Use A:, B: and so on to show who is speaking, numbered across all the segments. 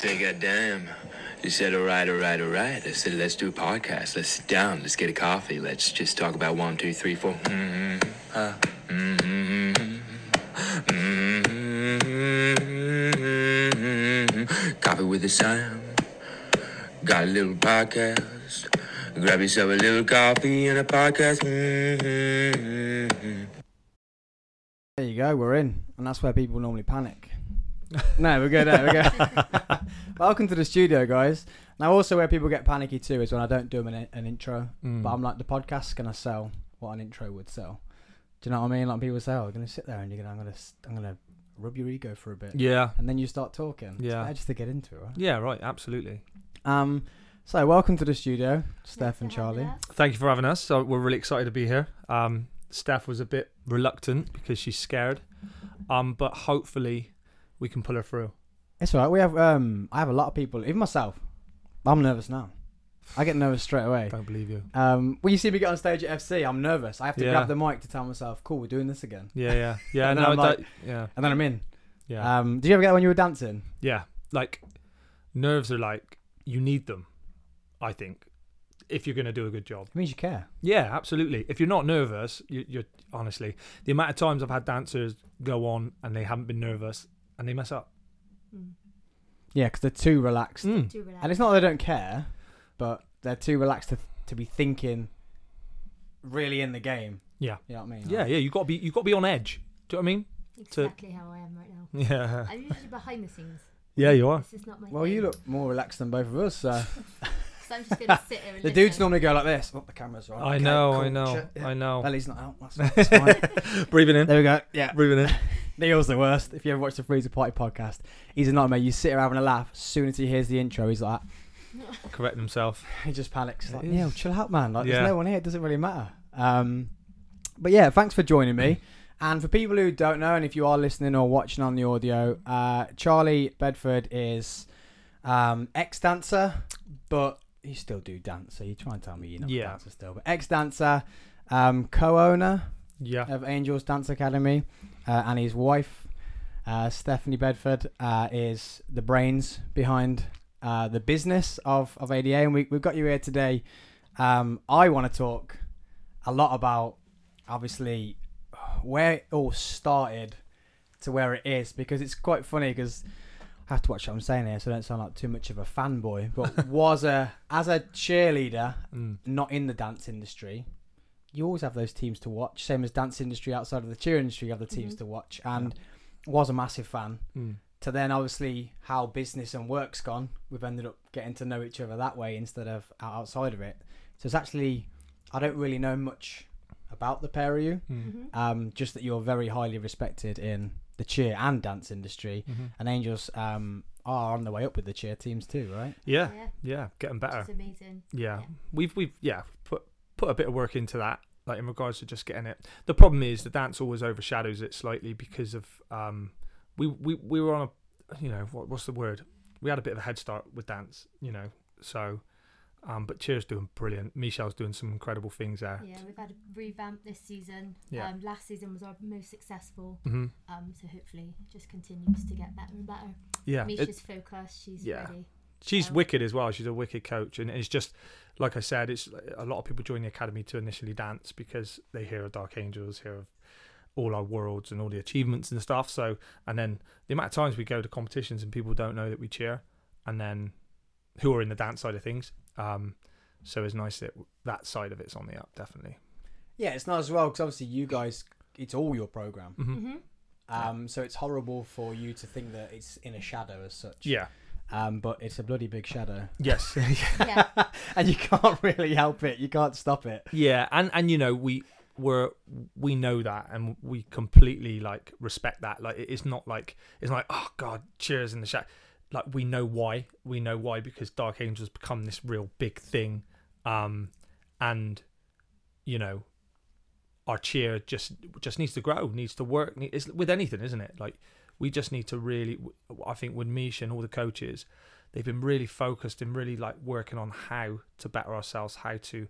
A: Say, goddamn. You said, all right, all right, all right. I said, let's do a podcast. Let's sit down. Let's get a coffee. Let's just talk about one, two, three, four. Mm-hmm. Uh, mm-hmm. Mm-hmm. Coffee with a Sam. Got a little podcast. Grab yourself a little coffee and a podcast. Mm-hmm.
B: There you go, we're in. And that's where people normally panic. no, we're good. No, we're good. Welcome to the studio, guys. Now, also where people get panicky too is when I don't do 'em an, an intro.
C: Mm. Hmm.
B: But I'm like, the podcast's going to sell what an intro would sell. Do you know what I mean? Like people say, oh, we're going to sit there and you're gonna, I'm going to I'm gonna rub your ego for a bit.
C: Yeah.
B: And then you start talking. It's
C: Yeah.
B: better just to get into it, right?
C: Yeah, right, absolutely.
B: Um, so, welcome to the studio,
D: Thanks
B: Steph
D: for
B: and Charlie.
D: having us.
C: Thank you for having us. So we're really excited to be here. Um, Steph was a bit reluctant because she's scared, um, but hopefully we can pull her through.
B: It's all right. We have, um, I have a lot of people, even myself. I'm nervous now. I get nervous straight away.
C: Don't believe you.
B: Um, when you see me get on stage at FC, I'm nervous. I have to
C: Yeah.
B: grab the mic to tell myself, "Cool, we're doing this again,"
C: Yeah, yeah, yeah.
B: And then
C: no,
B: I'm
C: that, yeah,
B: and then I'm in.
C: yeah,
B: Um, did you ever get that when you were dancing?
C: yeah. Like nerves are like you need them. I think if you're going to do a good job.
B: It means you care.
C: Yeah, absolutely. If you're not nervous, you, you're honestly the amount of times I've had dancers go on and they haven't been nervous and they mess up.
D: Mm.
B: Yeah, because they're too relaxed,
C: Mm.
D: Do relax.
B: and it's not that they don't care, but they're too relaxed to to be thinking really in the game.
C: Yeah.
B: you know what I mean.
C: Yeah, yeah. You got to be you got to be on edge. Do you know what I mean? to-
D: exactly how I am right now.
C: Yeah.
D: I'm usually behind the scenes.
C: Yeah, you are.
D: This is not my.
B: Well, you look more relaxed than both of us. So
D: Because I'm just gonna sit here and
B: the
D: listen.
B: dudes normally go like this. Oh, the camera's on.
C: I
B: Okay,
C: know,
B: cool,
C: I know,
B: shit, yeah.
C: I know.
B: Belly's not out. That's, that's fine.
C: Breathing in,
B: there we go. Yeah.
C: breathing in.
B: Neil's the worst. If you ever watch the Freezer Party podcast, he's a nightmare. You sit there having a laugh. As soon as he hears the intro, he's like,
C: Correcting himself.
B: he just panics.
C: It
B: Like,
C: is.
B: Neil, chill out, man. Like,
C: Yeah.
B: there's no one here. It doesn't really matter. Um, but yeah, thanks for joining me. And for people who don't know, and if you are listening or watching on the audio, uh, Charlie Bedford is um, ex dancer, but you still do dance. So you try and tell me you're not
C: Yeah.
B: a dancer still, but ex dancer, um, co owner
C: Yeah.
B: of Angels Dance Academy, uh, and his wife, uh, Stephanie Bedford, uh, is the brains behind uh, the business of, of ADA. And we, we've got you here today. Um, I want to talk a lot about, obviously, where it all started to where it is, because it's quite funny because. I have to watch what I'm saying here, so I don't sound like too much of a fanboy. But was a as a cheerleader
C: Mm.
B: not in the dance industry, you always have those teams to watch. Same as dance industry outside of the cheer industry, you have the teams
D: Mhm.
B: to watch. And was a massive fan.
C: Mm.
B: To then obviously how business and work's gone, we've ended up getting to know each other that way instead of out- outside of it. So it's actually I don't really know much about the pair of you.
C: Mm.
D: Mhm.
B: Um, just that you're very highly respected in the cheer and dance industry,
C: Mhm.
B: and Angels um, are on the way up with the cheer teams too, right?
C: Yeah,
D: Yeah.
C: yeah, getting better.
D: It's amazing.
C: Yeah,
D: Yeah.
C: we've we've yeah put put a bit of work into that, like in regards to just getting it. The problem is the dance always overshadows it slightly because of um we we we were on a you know what what's the word we had a bit of a head start with dance you know so um but Cheers doing brilliant, Michelle's doing some incredible things there.
D: Yeah, we've had a revamp this season.
C: Yeah.
D: Um, last season was our most successful.
C: hmm
D: Um, so hopefully it just continues to get better and better.
C: Yeah, it-
D: Misha's focused. She's
C: yeah.
D: ready.
C: She's
D: Um,
C: wicked as well. She's a wicked coach, and it's just like I said. It's a lot of people join the academy to initially dance because they hear of Dark Angels, hear of all our worlds and all the achievements and stuff. So, and then the amount of times we go to competitions and people don't know that we cheer, and then who are in the dance side of things. Um, so it's nice that that side of it's on the up, definitely.
B: Yeah, it's nice as well because obviously you guys, it's all your program.
C: Mm-hmm.
D: Mhm.
B: Um, so it's horrible for you to think that it's in a shadow as such.
C: Yeah.
B: Um, but it's a bloody big shadow,
C: Yes.
D: Yeah.
B: and you can't really help it. You can't stop it.
C: Yeah, and and you know we were we know that and we completely like respect that. Like it's not like it's not like oh god, cheers in the shack. Like we know why we know why because Dark Angels become this real big thing, um, and you know our cheer just just needs to grow, needs to work. ne- It's with anything, isn't it? Like we just need to really. I think with Misha and all the coaches, they've been really focused and really like working on how to better ourselves, how to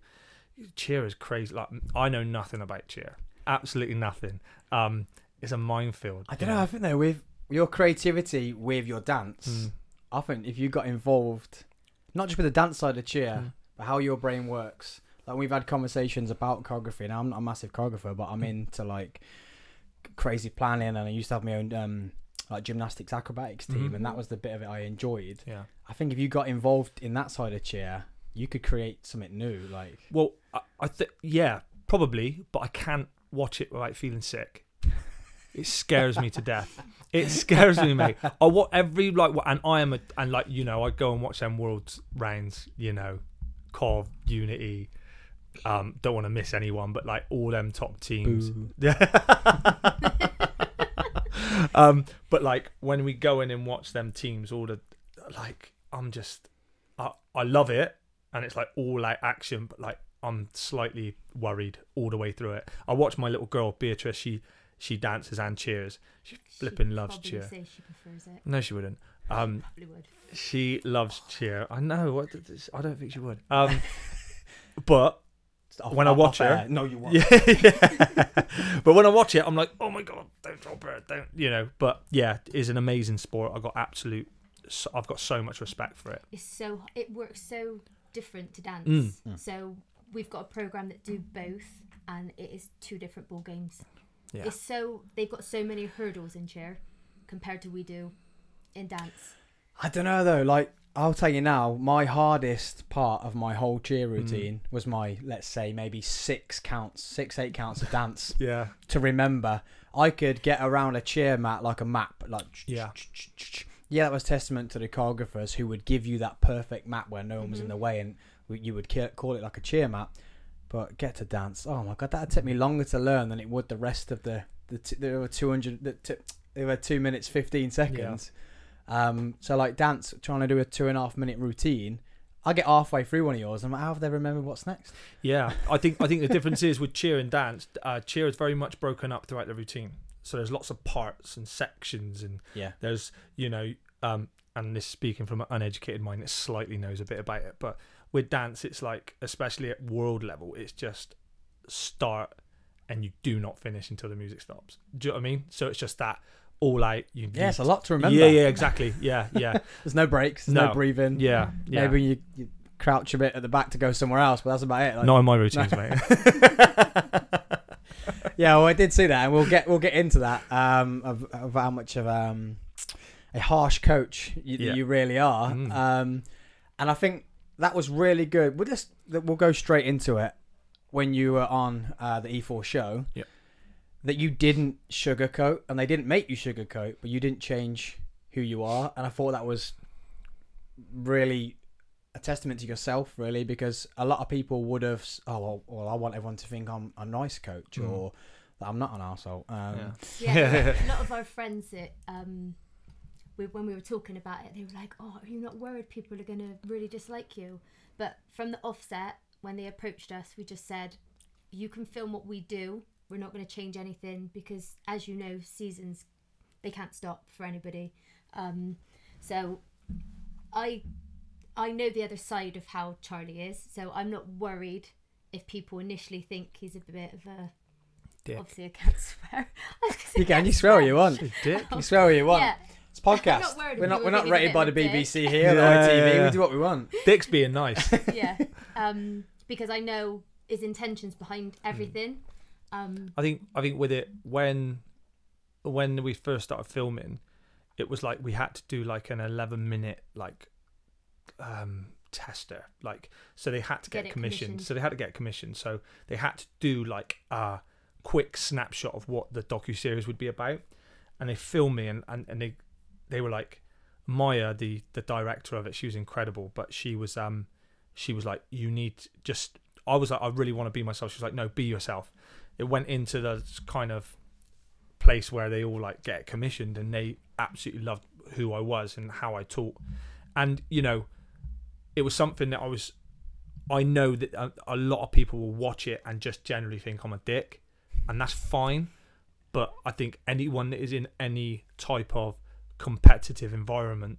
C: cheer is crazy. Like I know nothing about cheer, absolutely nothing. Um, it's a minefield.
B: I don't
C: you
B: know. I think though, with your creativity with your dance,
C: Mm.
B: often if you got involved, not just with the dance side of cheer,
C: Mm.
B: but how your brain works. Like we've had conversations about choreography. Now I'm not a massive choreographer, but I'm into like crazy planning, and I used to have my own um, like gymnastics acrobatics team,
C: Mhm.
B: and that was the bit of it I enjoyed.
C: Yeah.
B: I think if you got involved in that side of cheer, you could create something new. Like
C: Well, I, I think yeah, probably, but I can't watch it without feeling sick. It scares me to death. It scares me, mate. I watch every like, wa- and I am a and like you know, I go and watch them world rounds. You know, Cov Unity. Um, don't want to miss anyone, but like all them top teams. Yeah. um, but like when we go in and watch them teams, all the like, I'm just, I, I love it, and it's like all out action, but like I'm slightly worried all the way through it. I watch my little girl Beatrice. She she dances and cheers. She flipping
D: she
C: loves
D: probably
C: cheer.
D: Say she prefers it.
C: No, she wouldn't. Um,
D: Probably would.
C: she loves cheer. I know. What did this- I don't think she would. Um, but
B: off-
C: When I
B: off-
C: watch
B: off
C: her-
B: air. no, you won't.
C: yeah, but when I watch it, I'm like, oh my god, don't drop her, don't you know? But yeah, it is an amazing sport. I got absolute, so- I've got so much respect for it.
D: It's so it works so different to dance.
C: Mm.
D: So we've got a program that do both, and it is two different ball games.
C: Yeah.
D: It's so they've got so many hurdles in chair compared to we do in dance.
B: I don't know though. Like I'll tell you now, my hardest part of my whole cheer
C: Hmm.
B: routine was my let's say maybe six counts, six eight counts of dance
C: Yeah,
B: to remember. I could get around a cheer mat like a map, like
C: Yeah.
B: yeah. That was testament to the choreographers who would give you that perfect map where no one was in the way, and we- you would ca- call it like a cheer mat. But get to dance. Oh my god, that would take me longer to learn than it would the rest of the the t- there were two hundred the t- there were two minutes fifteen seconds. Um, so like dance, trying to do a two and a half minute routine. I get halfway through one of yours, and I'm like, how have they remembered what's next?
C: yeah. I think I think the difference is with cheer and dance. Uh, cheer is very much broken up throughout the routine, so there's lots of parts and sections, and
B: Yeah,
C: there's you know, um, and this speaking from an uneducated mind that slightly knows a bit about it, but with dance, it's like especially at world level, it's just start and you do not finish until the music stops. Do you know what I mean? So it's just that all out. You
B: yeah, it's
C: you,
B: a lot to remember.
C: Yeah, yeah, exactly. Yeah, yeah,
B: There's no breaks, there's no,
C: No.
B: breathing.
C: yeah, yeah.
B: Maybe you, you crouch a bit at the back to go somewhere else, but that's about it. Like,
C: not in my routines, mate.
B: Yeah, well, I did see that, and we'll get we'll get into that um, of, of how much of um, a harsh coach you,
C: Yeah.
B: you really are.
C: Mm.
B: Um, and I think that was really good. We'll just we'll go straight into it. When you were on uh, the E4 show,
C: Yep.
B: that you didn't sugarcoat, and they didn't make you sugarcoat, but you didn't change who you are, and I thought that was really a testament to yourself, really, because a lot of people would have, s- oh, well, well I want everyone to think I'm a nice coach
C: Mm.
B: or that I'm not an arsehole. Um,
C: Yeah.
D: Yeah, a lot of our friends that um, we, when we were talking about it, they were like, "Oh, are you not worried people are going to really dislike you?" But from the offset, when they approached us, we just said, "You can film what we do. We're not going to change anything because, as you know, seasons they can't stop for anybody." Um, so, I I know the other side of how Charlie is, so I'm not worried if people initially think he's a bit of a
C: Dick.
D: obviously I can't swear. I was gonna say
B: You can, you
D: can't
B: swear all you want. You
C: Dick.
B: can swear all you want.
D: Yeah.
B: It's a podcast.
D: not worried if
B: we're not, we're
D: you were
B: not
D: being a
B: rated by the
D: bit of a dick.
B: BBC here, the
C: Yeah,
B: ITV.
C: yeah, yeah.
B: We do what we want.
C: Dick's being nice.
D: yeah. Um, because I know his intentions behind
C: Hmm.
D: everything. Um,
C: I think I think with it when when we first started filming, it was like we had to do like an eleven minute like um tester. Like so they had to
D: Get
C: get,
D: it
C: commissioned.
D: commissioned.
C: So they had to get commissioned. So they had to do like a quick snapshot of what the docu series would be about. And they filmed me and, and, and they they were like Maya, the the director of it, she was incredible, but she was um she was like, You need just I was like, I really want to be myself. She was like, No, be yourself. It went into the kind of place where they all like get commissioned and they absolutely loved who I was and how I taught. And, you know, it was something that I was I know that a, a lot of people will watch it and just generally think I'm a dick, and that's fine. But I think anyone that is in any type of competitive environment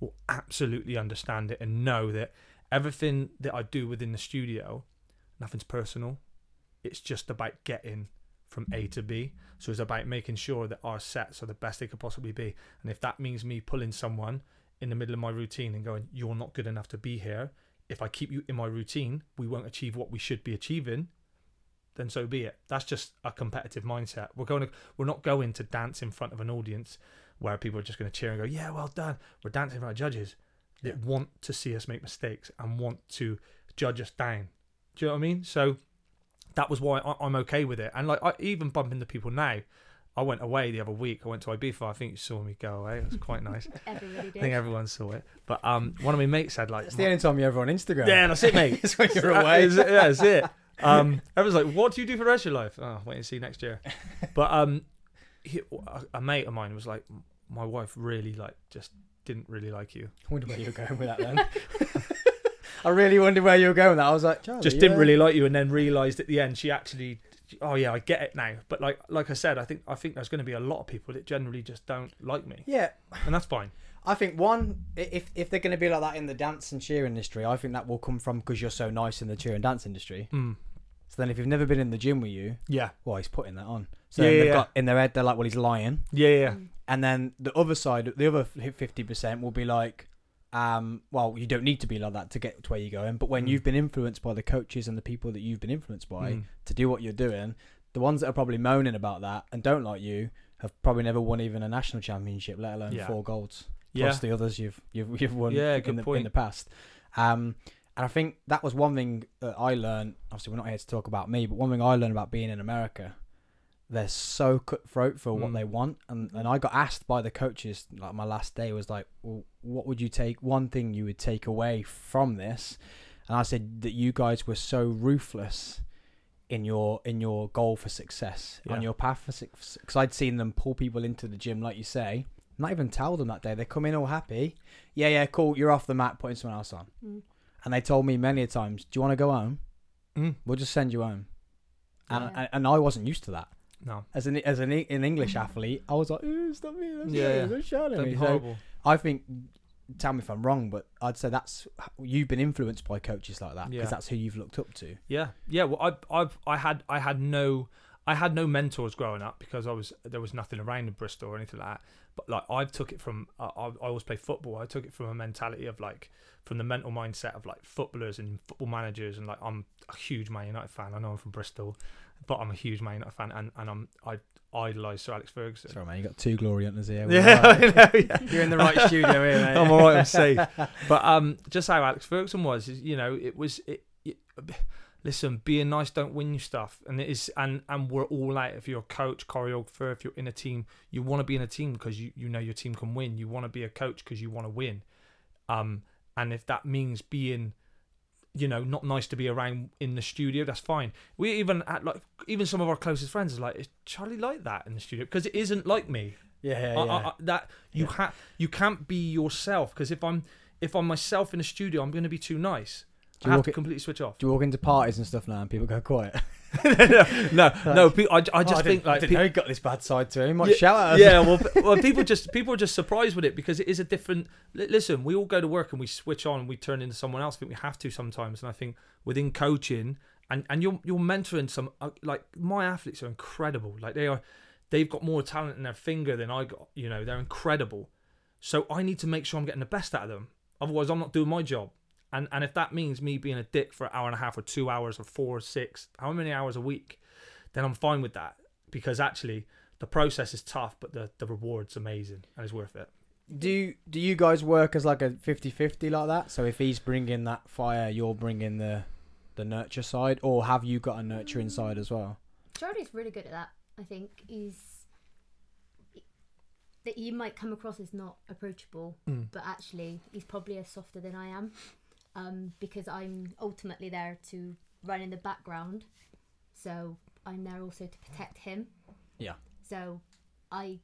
C: will absolutely understand it and know that everything that I do within the studio, nothing's personal. It's just about getting from A to B. So it's about making sure that our sets are the best they could possibly be. And if that means me pulling someone in the middle of my routine and going, "You're not good enough to be here." If I keep you in my routine, we won't achieve what we should be achieving. Then so be it. That's just a competitive mindset. We're going to, we're not going to dance in front of an audience where people are just going to cheer and go, "Yeah, well done." We're dancing in front of judges that want to see us make mistakes and want to judge us down. Do you know what I mean? So that was why I, I'm okay with it. And like I even bump into people now. I went away the other week. I went to Ibiza. I think you saw me go away. It was quite nice.
D: Everybody
C: I
D: did.
C: think everyone saw it. But um, one of my mates had like,
B: It's the only time you're ever on Instagram.
C: yeah, that's it, mate.
B: it's when you're
C: That
B: away.
C: is it, yeah, that's it. Um, I was like, "What do you do for the rest of your life?" Oh, wait and see next year. But um, he, a, a mate of mine was like, "My wife really like just didn't really like you.
B: I wonder where you were going with that then. I really wondered where you were going with that. I was like, Charlie, uh,
C: just didn't
B: yeah.
C: really like you." And then realized at the end she actually, oh yeah, I get it now. But like, like I said, I think I think there's going to be a lot of people that generally just don't like me,
B: Yeah,
C: and that's fine.
B: I think one, i- if if they're going to be like that in the dance and cheer industry, I think that will come from because you're so nice in the cheer and dance industry.
C: Mm.
B: So then, if you've never been in the gym with you,
C: Yeah,
B: well, he's putting that on. So
C: Yeah,
B: they've
C: yeah,
B: got in their head, they're like, well, he's lying.
C: yeah, yeah.
B: And then the other side, the other fifty percent will be like, um, well, you don't need to be like that to get to where you're going. But when
C: Mm.
B: you've been influenced by the coaches and the people that you've been influenced by
C: Mm.
B: to do what you're doing, the ones that are probably moaning about that and don't like you have probably never won even a national championship, let alone
C: Yeah.
B: four golds.
C: Yeah.
B: Plus the others you've you've you've won
C: Yeah,
B: in,
C: good
B: the, in
C: point.
B: the past. Um, and I think that was one thing that I learned. Obviously, we're not here to talk about me, but one thing I learned about being in America, they're so cutthroat for what
C: Mm.
B: they want. And and I got asked by the coaches, like my last day was like, well, what would you take? One thing you would take away from this, and I said that you guys were so ruthless in your in your goal for success
C: Yeah.
B: on your path for success. Because I'd seen them pull people into the gym, like you say. Not even tell them that day. They come in all happy. Yeah, yeah, cool. You're off the mat, putting someone else on.
D: Mm.
B: And they told me many a times, "Do you want to go home?
C: Mm.
B: We'll just send you home." And,
D: Yeah.
B: and and I wasn't used to that
C: No,
B: as an as an, E- an English athlete. I was like, "Ooh, stop me! That's
C: Yeah,
B: yeah,
C: yeah.
B: that's shouting at
C: that'd
B: me."
C: be
B: So
C: horrible.
B: I think, tell me if I'm wrong, but I'd say that's you've been influenced by coaches like that because
C: Yeah.
B: that's who you've looked up to.
C: Yeah, yeah. Well, I, I've, I had, I had no, I had no mentors growing up because I was there was nothing around in Bristol or anything like that. But like I've took it from, I, I I always play football. I took it from a mentality of like, from the mental mindset of like footballers and football managers, and like I'm a huge Man United fan. I know I'm from Bristol, but I'm a huge Man United fan, and and I'm I idolise Sir Alex Ferguson.
B: Sorry, man, you got two glory hunters here. We're
C: Yeah,
B: all right.
C: I know, yeah.
B: you're in the right studio here, mate.
C: I'm all right. I'm safe. But um, just how Alex Ferguson was, is, you know, it was it, it. Listen, being nice don't win you stuff, and it is, and and we're all out. If you're a coach, choreographer, if you're in a team, you want to be in a team because you you know your team can win. You want to be a coach because you want to win. Um, and if that means being you know, not nice to be around in the studio. That's fine. We even at like even some of our closest friends is like, is Charlie like that in the studio? Because it isn't like me.
B: Yeah, yeah,
C: I,
B: yeah.
C: I, I, that you
B: Yeah.
C: ha- you can't be yourself because if I'm if I'm myself in a studio, I'm going to be too nice.
B: Do you
C: I have
B: walk
C: to
B: it-
C: completely switch off.
B: Do you walk into parties and stuff now and people go quiet?
C: no, no, no, pe- I, I
B: Oh,
C: just think
B: didn't- I
C: like
B: didn't
C: pe-
B: know he got this bad side to him. He might
C: Yeah,
B: shout at us.
C: yeah, well, p- well, people just people are just surprised with it because it is a different. li- Listen, we all go to work and we switch on, and we turn into someone else. I think we have to sometimes, and I think within coaching and and you're you're mentoring some uh, like my athletes are incredible. Like they are, they've got more talent in their finger than I got. You know, they're incredible. So I need to make sure I'm getting the best out of them. Otherwise, I'm not doing my job. And and if that means me being a dick for an hour and a half, or two hours, or four, or six, how many hours a week, then I'm fine with that because actually the process is tough, but the the reward's amazing and it's worth it.
B: Do do you guys work as like a 50-50 like that? So if he's bringing that fire, you're bringing the the nurture side, or have you got a nurturing side as well?
D: Charlie's really good at that. I think he's that you might come across as not approachable,
C: Hmm.
D: but actually he's probably as softer than I am, um, because I'm ultimately there to run in the background, so I'm there also to protect him.
B: Yeah.
D: So, I,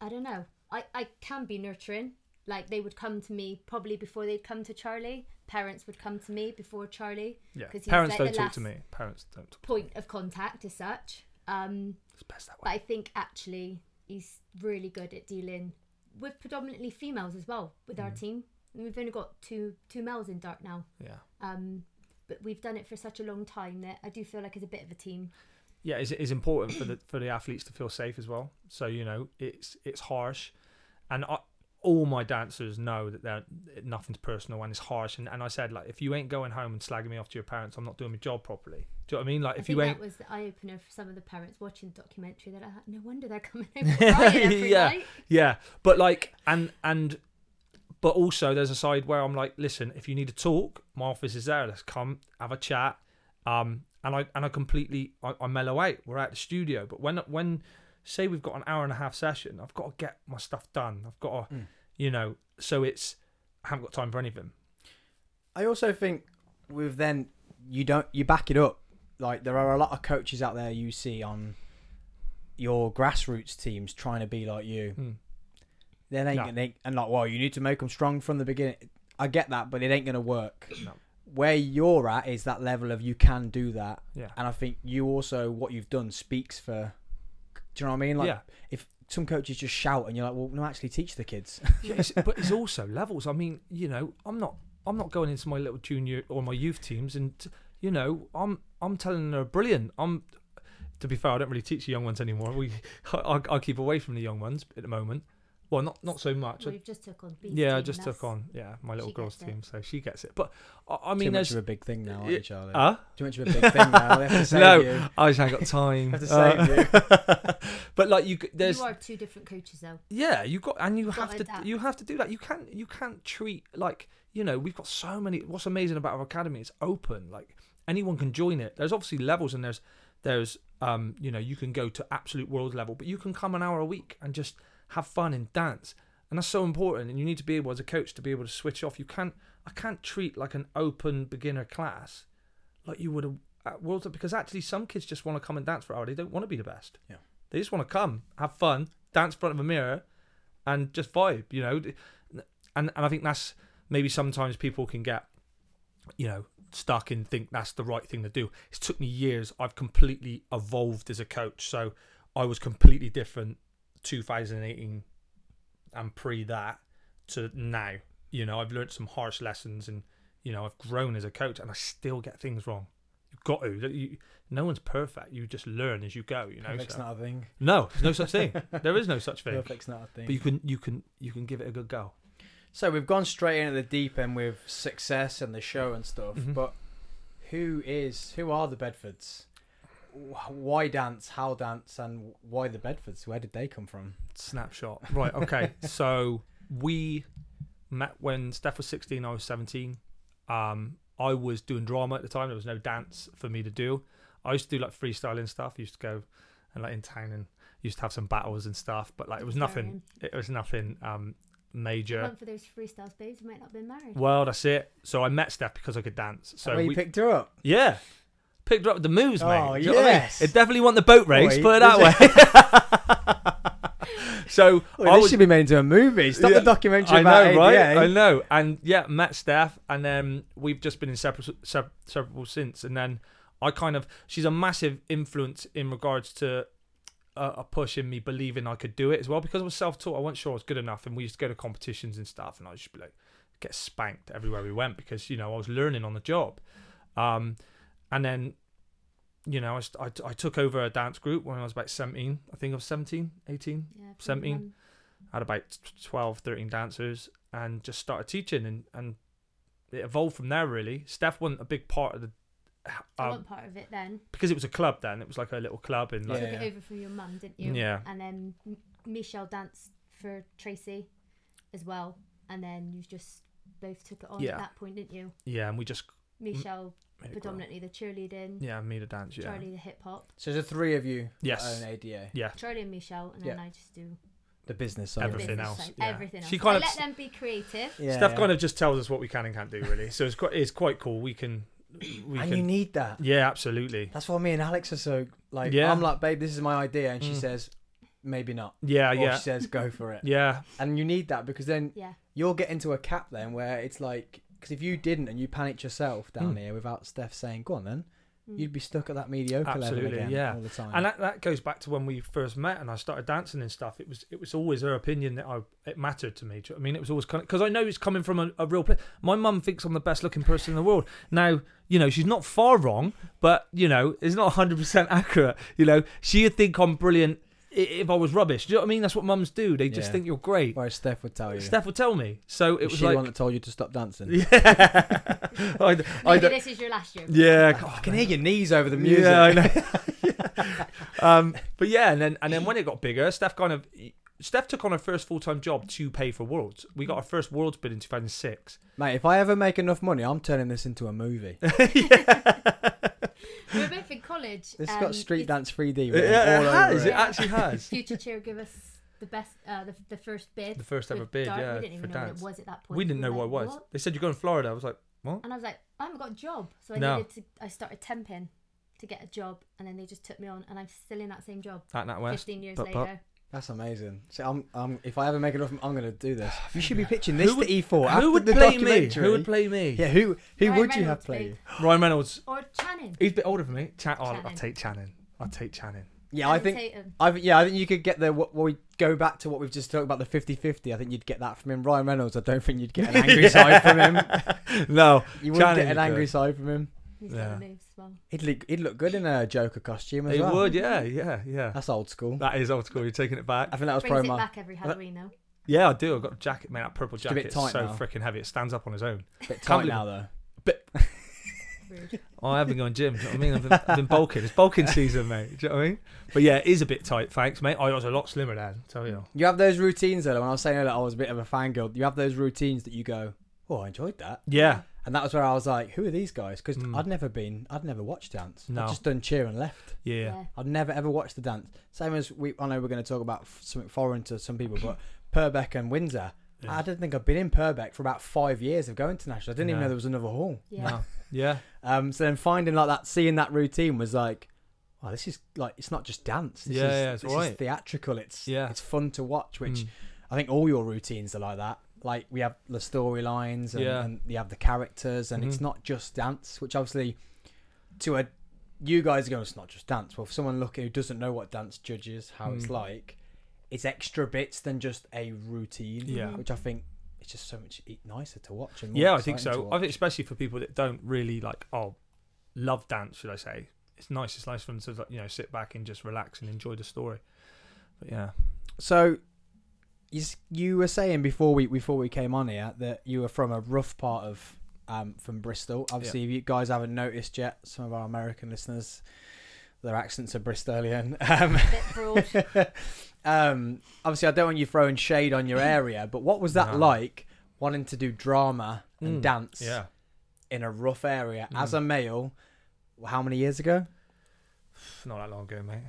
D: I don't know. I I can be nurturing. Like they would come to me probably before they'd come to Charlie. Parents would come to me before Charlie.
C: Yeah,
D: 'Cause he's
C: parents
D: like
C: don't
D: the
C: talk to
D: last-
C: me. Parents don't. Talk.
D: Point of contact as such. Um,
C: It's best that
D: but
C: way.
D: I think actually he's really good at dealing with predominantly females as well with
C: Mm.
D: our team. And we've only got two two males in Dart now,
C: Yeah,
D: um, but we've done it for such a long time that I do feel like it's a bit of a team.
C: yeah. It's, it's important for the for the athletes to feel safe as well. So you know, it's it's harsh, and I, all my dancers know that they're nothing's personal and it's harsh. And, and I said like, if you ain't going home and slagging me off to your parents, I'm not doing my job properly. Do you know what I mean? Like,
D: I
C: if
D: think
C: you ain't
D: that was the eye opener for some of the parents watching the documentary. They're like, no wonder they're coming home crying every
C: Yeah.
D: night.
C: yeah but like and and but also there's a side where i'm like listen if you need to talk my office is there let's come have a chat um and i and i completely i, I mellow out we're at the studio but when when say we've got an hour and a half session i've got to get my stuff done i've got to you know so it's i haven't got time for anything
B: I also think with then you don't you back it up. Like there are a lot of coaches out there you see on your grassroots teams trying to be like you.
C: Hmm.
B: They ain't
C: No.
B: gonna ain't- and like well you need to make them strong from the beginning. I get that, but it ain't gonna work.
C: No.
B: Where you're at is that level of you can do that,
C: yeah
B: and I think you also what you've done speaks for. Do you know what I mean? Like
C: yeah
B: if some coaches just shout and you're like, well, no, actually teach the kids.
C: Yeah, it's, but it's also levels. I mean, you know, I'm not I'm not going into my little junior or my youth teams, and you know, I'm I'm telling them they're brilliant. I'm to be fair, I don't really teach the young ones anymore. We I, I, I keep away from the young ones at the moment. Well, not not so much. I-
D: We've just took on. B's
C: yeah, I
D: team,
C: just took
D: that's-
C: on yeah my little
D: she
C: girls
D: gets it.
C: team, so she gets it. But I, I
B: Too
C: mean,
B: much
C: there's
B: of a big thing now, aren't
C: Yeah.
B: you, Charlie?
C: huh?
B: Too much of a big thing now. They have to save
C: no,
B: you.
C: I just ain't got time.
B: Have to
C: Uh,
B: save you.
C: but like you, c- there's
D: You are two different coaches though.
C: yeah you got and you have
D: Gotta
C: to
D: adapt.
C: you have to do that you can't you can't treat like you know we've got so many what's amazing about our academy it's open like anyone can join it there's obviously levels and there's there's um you know you can go to absolute world level but you can come an hour a week and just have fun and dance and that's so important and you need to be able as a coach to be able to switch off you can't i can't treat like an open beginner class like you would have at world because actually some kids just want to come and dance for an hour they don't want to be the best
B: Yeah.
C: they just want to come have fun dance in front of a mirror and just vibe, you know. And and I think that's maybe sometimes people can get, you know, stuck and think that's the right thing to do. It's took me years. I've completely evolved as a coach, so I was completely different 2018 and pre that to now. You know, I've learned some harsh lessons, and you know, I've grown as a coach, and I still get things wrong. You've got to. that You, no one's perfect. You just learn as you go. You know.
B: Perfect's
C: so-
B: not a thing.
C: No, there's no such thing. there is no such thing.
B: Perfect's not a thing.
C: But you can you can you can give it a good go.
B: so we've gone straight into the deep end with success and the show and stuff.
C: Mhm.
B: But who is who are the Bedfords? Wh- Why dance? How dance? And why the Bedfords? Where did they come from?
C: Snapshot. Right. Okay. so we met when Steph was 16. I was 17. Um, I was doing drama at the time. There was no dance for me to do. I used to do like freestyling stuff. used to go and like in town and used to have some battles and stuff. But like it was nothing. It was nothing um
D: If it
C: major.
D: weren't for those freestyles, babes, we might not have been married.
C: Well, that's it. So I met Steph because I could dance. So
B: where you
C: we,
B: picked her up?
C: yeah, picked her up with the moves, mate.
B: Oh,
C: Do you know what I mean?
B: yes.
C: It definitely won the boat race.
B: Boy,
C: put it that way. so
B: Well,
C: I
B: this
C: was,
B: should be made into a movie. Stop
C: Yeah.
B: the documentary
C: I
B: about
C: know,
B: ADA.
C: right? I know. And yeah, met Steph, and then we've just been inseparable, sep- separable since. And then I kind of, she's a massive influence in regards to uh, a push in me believing I could do it as well because I was self taught. I wasn't sure I was good enough, and we used to go to competitions and stuff, and I just be like, get spanked everywhere we went because you know I was learning on the job. Um, and then you know I, st- I t- I took over a dance group when I was about 17. I think I was 17, 18
D: Yeah, from
C: 17.
D: one-
C: had about 12 13 dancers and just started teaching and and it evolved from there really steph wasn't a big part of the
D: I
C: um,
D: want part of it then.
C: because it was a club then it was like a little club and
D: You
C: like
D: took
B: Yeah.
D: it over from your mum, didn't you?
C: Yeah.
D: And then M- Michelle danced for Tracy as well. And then you just both took it on
C: Yeah. Mm.
D: at that point, didn't you?
C: yeah and we just
D: Michelle,
C: made it grow.
D: predominantly the cheerleading,
C: yeah made a dance yeah
D: Charlie, the hip hop.
B: So the three of you
C: Yes.
B: own ADA,
C: yeah
D: Charlie and Michelle, and then I just do
B: the business
D: the
B: side.
C: Everything
D: business
C: else,
D: side,
C: yeah.
D: Everything else.
C: She kind
D: I
C: of
D: let
C: s-
D: them be creative.
B: Yeah,
C: steph
B: yeah.
C: kind of just tells us what we can and can't do really so it's quite it's quite cool we can we
B: and
C: can
B: you need that.
C: yeah absolutely
B: That's why me and Alex are so like.
C: Yeah.
B: I'm like, babe, this is my idea, and she
C: Mm.
B: says, maybe not.
C: yeah
B: Or
C: Uh, yeah
B: she says, go for it.
C: yeah
B: And you need that because then
D: Yeah.
B: you'll get into a cap then where it's like, because if you didn't and you panicked yourself down
C: Mm.
B: here without Steph saying, go on then,
D: Mm.
B: you'd be stuck at that mediocre level
C: Absolutely,
B: again
C: yeah.
B: all the time.
C: and that, that goes back to when we first met and I started dancing and stuff. It was it was always her opinion that I it mattered to me. Do you know what I mean, it was always kind of because I know it's coming from a, a real place. My mum thinks I'm the best looking person in the world. Now you know she's not far wrong, but you know it's not 100 percent accurate. You know she'd think I'm brilliant i- if I was rubbish. Do you know what I mean? That's what mums do. They just
B: Yeah.
C: think you're great.
B: Whereas Steph would tell you.
C: Steph would tell me. So it
B: Is
C: was
B: she the
C: like,
B: one that told you to stop dancing.
C: yeah, I, d- I
D: Maybe
C: don't.
D: this is your last year.
C: Yeah, God,
B: I can hear your knees over the music.
C: Yeah, I know. um, but yeah, and then and then when it got bigger, Steph kind of Steph took on her first full time job to pay for Worlds. We got our first Worlds bid in two thousand six.
B: Mate, if I ever make enough money, I'm turning this into a movie.
D: We were both in college.
B: It's
D: um,
B: got street
D: it's-
B: dance 3D written
C: Yeah, it
B: all
C: has.
B: over
C: It
B: it.
C: actually has.
D: Future Cheer give us the best, uh, the, the first bid.
C: The first
D: with
C: ever bid,
D: dance.
C: yeah,
D: We didn't even
C: for
D: know
C: dance.
D: what it was at that point.
C: We didn't know
D: were
C: what it
D: like,
C: was. They said you're going to Florida. I was like, what?
D: And I was like, I haven't got a job, so I
C: No.
D: needed to. I started temping to get a job, and then they just took me on, and I'm still in that same job.
C: At Nat West.
D: Fifteen years
C: but- but-
D: later.
B: That's amazing. See, I'm, I'm, if I ever make enough, I'm going to do this. You should be pitching this
C: Who would-
B: to E4. after
C: Who would
B: the
C: play me?
B: documentary.
C: Who would play me?
B: Yeah, who who
D: Ryan
B: would you have
D: Reynolds,
B: played?
C: Ryan Reynolds.
D: Or Channing.
C: He's a bit older than me. Chan- oh, I'll
D: Channing.
C: take Channing. I'll take Channing.
B: Yeah, I
D: Channing
B: think.
D: Tatum.
B: I think yeah, I think you could get the what what we go back to what we've just talked about the 50-50. I think you'd get that from him. Ryan Reynolds, I don't think you'd get an angry side from him.
C: No.
B: You wouldn't
C: Channing
B: get an
C: you
B: angry
C: could.
B: side from him.
D: He's
C: Yeah.
D: got the moves well.
B: He'd look he'd look good in a Joker costume as
C: He
B: well.
C: would, yeah, yeah, yeah.
B: That's old school.
C: That is old school. You're taking it back.
B: I think that was
D: Brings
B: probably
D: it
B: my
D: back every Halloween though.
C: Yeah, I do. I've got a jacket, man. That purple
B: a bit
C: jacket is
B: tight
C: so
B: now.
C: freaking heavy. It stands up on its own.
B: bit
C: Can't
B: tight
C: believe-
B: now though.
D: Rude.
C: I have been going gym. Do you know what I mean? I've been, I've been bulking. It's bulking season, mate. Do you know what I mean? But yeah, it is a bit tight. Thanks, mate. I was a lot slimmer then. Tell you.
B: You have those routines though. When I was saying earlier, I was a bit of a fangirl. You have those routines that you go, "Oh, I enjoyed that,"
C: Yeah.
B: and that was where I was like, "Who are these guys?" Because
C: Mm.
B: I'd never been, I'd never watched dance.
C: No.
B: I'd just done cheer and left.
C: Yeah.
D: Yeah.
B: I'd never ever watched the dance. Same as we, I know we're going to talk about f- something foreign to some people, but Purbeck and Windsor.
C: Yeah.
B: I don't think I've been in Purbeck for about five years of going to national. I didn't even
C: No.
B: know there was another hall.
D: Yeah.
C: No. Yeah.
B: Um, so then finding like that, seeing that routine was like, oh, this is like it's not just dance. This
C: Yeah,
B: is,
C: yeah, it's
B: this
C: right.
B: is theatrical. It's
C: Yeah.
B: it's fun to watch, which
C: Mm.
B: I think all your routines are like that. Like we have the storylines and,
C: Yeah.
B: and you have the characters, and it's
C: Mhm.
B: not just dance. Which obviously, to a you guys are going, it's not just dance. Well, for someone looking who doesn't know what dance judges, how it's
C: Mm.
B: like, it's extra bits than just a routine.
C: Yeah.
B: which I think it's just so much e- nicer to watch. And more
C: Yeah, I think
B: exciting to
C: so. I
B: watch.
C: think especially for people that don't really like, oh, love dance, should I say? It's nice. It's nice for them to like, you know sit back and just relax and enjoy the story. But yeah.
B: So, you, s- you were saying before we before we came on here that you were from a rough part of um, from Bristol. Obviously, if you guys haven't noticed yet, some of our American listeners, their accents are Bristolian. Um,
D: A bit broad.
B: um, obviously, I don't want you throwing shade on your area, but what was that
C: No.
B: like? Wanting to do drama and
C: Mm,
B: dance
C: Yeah.
B: in a rough area as
C: Mm.
B: a male. How many years ago?
C: Not that long ago, mate.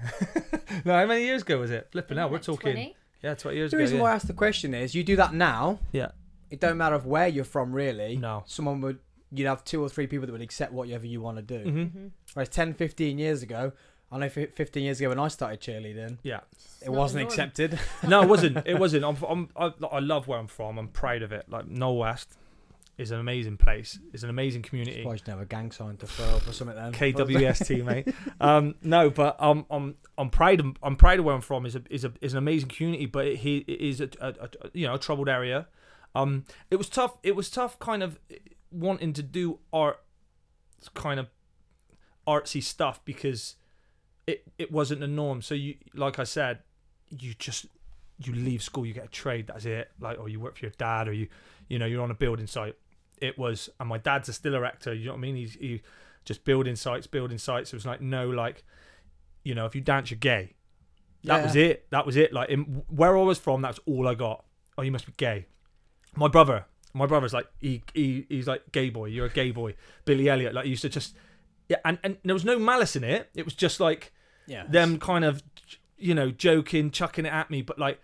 C: no, how many years ago was it? Flipping out. We're
D: Like
C: talking.
D: 20.
C: Yeah, twenty years
B: The
C: ago.
B: reason
C: yeah.
B: why I asked the question is, you do that now.
C: Yeah.
B: It don't matter of where you're from, really.
C: No.
B: someone would you'd have two or three people that would accept whatever you want to do
C: hmm
D: Mhm.
B: whereas 10 15 years ago i know fi- 15 years ago when i started cheerleading
C: Yeah.
D: It's
B: it
D: not
B: wasn't
D: the norm.
B: accepted
C: no, it wasn't. It wasn't. I'm, I'm, I, I love where I'm from. I'm proud of it. Like Knoll West is an amazing place. It's an amazing community.
B: Surprised you didn't have a gang sign to throw up or something then
C: KWST, mate. Um, no, but I'm, I'm, I'm proud. Of, I'm proud of where I'm from. is a, is a, is an amazing community, but it, he- it is a, a, a, you know, a troubled area. Um, it was tough. It was tough, kind of wanting to do art, kind of artsy stuff because it, it wasn't the norm. So you, like I said, you just you leave school, you get a trade. That's it. Like, or you work for your dad, or you, you know, you're on a building site. It was, and my dad's a steel erector. You know what I mean? He's he just building sites, building sites. It was like no, like, you know, if you dance, you're gay. That
B: Yeah.
C: was it. That was it. Like in, where I was from, that's all I got. Oh, you must be gay. My brother, my brother's like he, he he's like gay boy. You're a gay boy. Billy Elliot. Like he used to just yeah, and and there was no malice in it. It was just like
B: yeah
C: them kind of you know joking chucking it at me but like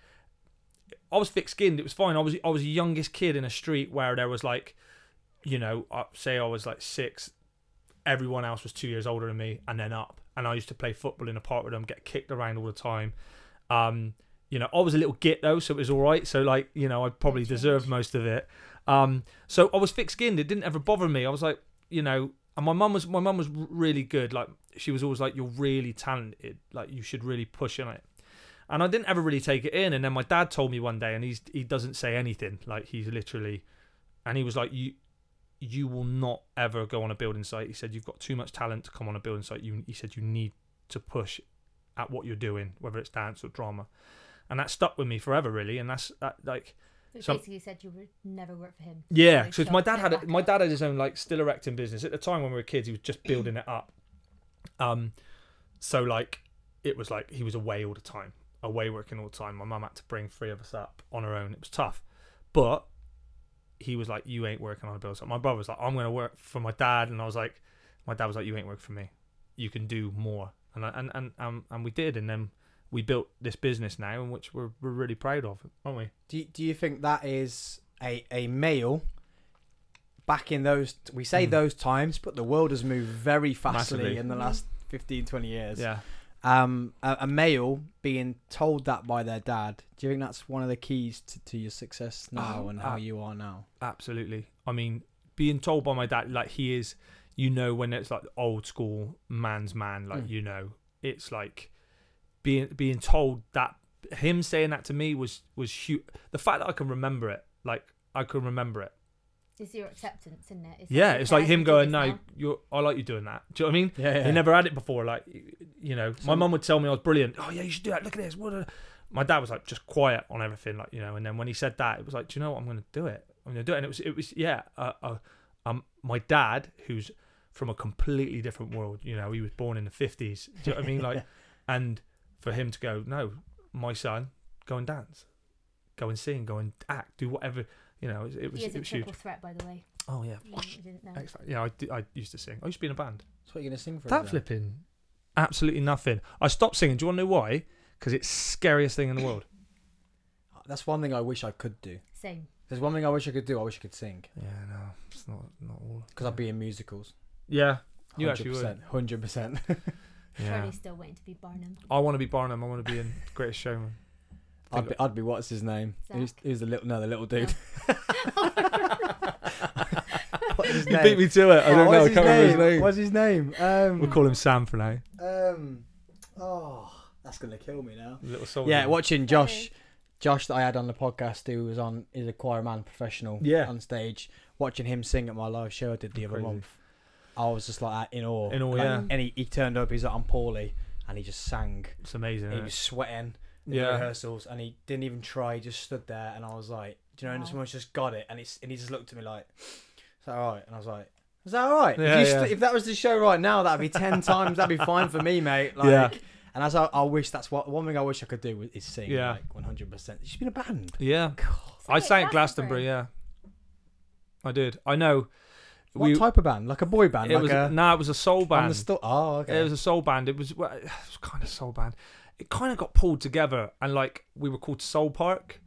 C: i was thick skinned it was fine i was i was the youngest kid in a street where there was like you know I- say i was like six everyone else was two years older than me and then up and i used to play football in a park with them get kicked around all the time um you know i was a little git though so it was all right so like you know i probably deserved most of it um so i was thick skinned it didn't ever bother me i was like you know and my mum was my mum was r- really good like she was always like you're really talented like you should really push on it and i didn't ever really take it in and then my dad told me one day and he's he doesn't say anything like he's literally and he was like you you will not ever go on a building site he said you've got too much talent to come on a building site you he said you need to push at what you're doing, whether it's dance or drama, and that stuck with me forever, really. And that's that, like
D: Which
C: Some-
D: basically said you would never work for him.
C: yeah,
D: So
C: because
D: shut
C: my dad
D: it
C: had a,
D: back
C: my
D: up.
C: dad had his own like still erecting business at the time when we were kids. He was just building it up. Um, so like it was like he was away all the time, away working all the time. My mum had to bring three of us up on her own. It was tough, but he was like, "You ain't working on a bill." So my brother was like, "I'm going to work for my dad," and I was like, "My dad was like, you ain't working for me. You can do more." And I, and and um, and we did, and then we built this business now, in which we're we're really proud of, aren't we?
B: Do you, do you think that is a, a male back in those we say
C: Mm.
B: those times, but the world has moved very fastly
C: Massively.
B: in the last 15, 20 years.
C: Yeah.
B: Um, a, a male being told that by their dad. Do you think that's one of the keys to, to your success now
C: Oh,
B: and how
C: ab-
B: you are now?
C: Absolutely. I mean, being told by my dad, like he is, you know, when it's like old school man's man, like
B: Mm.
C: you know, it's like being being told that him saying that to me was was huge. The fact that I can remember it, like I can remember it.
D: It's your acceptance, isn't it? It's
C: yeah,
D: your
C: it's like
D: dad
C: him
D: who did
C: going,
D: this
C: "No,
D: now."
C: you're. I like you doing that." Do you know what I mean?
B: Yeah,
C: He never had it before. Like, you know, my mum would tell me I was brilliant. Oh yeah, you should do that. Look at this. What a-" My dad was like just quiet on everything, like you know. And then when he said that, it was like, do you know what? I'm going to do it. I'm going to do it. And it was, it was, yeah. Uh, uh, um, my dad, who's from a completely different world, you know, he was born in the 50s. Do you know what I mean? Like, and for him to go, no, my son, go and dance, go and sing, go and act, do whatever. You know, it, it was,
D: He is
C: it
D: a
C: was huge.
D: triple threat, by the way.
C: Oh yeah.
D: You didn't know.
C: Excellent. Yeah, I, d- I used to sing. I used to be in a band.
B: That's what you're gonna sing for. us
C: That
B: then.
C: flipping, absolutely nothing. I stopped singing. Do you want to know why? Because it's scariest thing in the world.
B: Uh, That's one thing I wish I could do.
D: Same.
B: There's one thing I wish I could do. I wish I could sing
C: yeah, no, it's not not all.
B: because I'd be in musicals.
C: Yeah, You actually would.
B: Hundred percent.
C: yeah. Oh.
D: Charlie's still waiting to be Barnum.
C: I want to be Barnum. I want to be in Greatest Showman.
B: I'd be, I'd be what's his name?
D: Zach.
B: Who's, who's the little no the little dude? what's his
C: You
B: name?
C: beat me to it. I
B: Oh,
C: don't know. I
B: what's
C: can't remember his name.
B: What's his name?
C: We'll
B: Um,
C: call him Sam for now.
B: um, oh, that's gonna kill me now.
C: Little soldier.
B: Yeah, watching Josh, Josh that I had on the podcast, who was on is a choir man professional.
C: Yeah.
B: on stage, watching him sing at my live show I did the other
C: Crazy.
B: month. I was just like uh, in awe.
C: In awe,
B: Like,
C: yeah.
B: And he, he turned up. He's like, I'm poorly, and he just sang.
C: It's amazing.
B: He
C: isn't
B: was
C: it?
B: sweating in the
C: Yeah.
B: rehearsals, and he didn't even try. He just stood there, and I was like, do you know? And
D: Wow.
B: someone's just got it, and it's and he just looked at me like, is that all right? And I was like. Is that all right?
C: Yeah,
B: if, you
C: yeah.
B: st- if that was the show right now, that'd be ten times. That'd be fine for me, mate. Like,
C: Yeah.
B: And as I, I wish that's what one thing I wish I could do is sing.
C: Yeah.
B: like one hundred percent. She's been a band.
C: Yeah.
D: So
C: I
D: wait,
C: sang at Glastonbury. Yeah. I did. I know.
B: What type of band? Like a boy band?
C: It
B: like
C: was
B: a,
C: nah. It was a soul
B: on
C: band.
B: the sto- oh, okay.
C: It was a soul band. It was, well, it was kind of soul band. It kind of got pulled together, and like we were called Soul Park.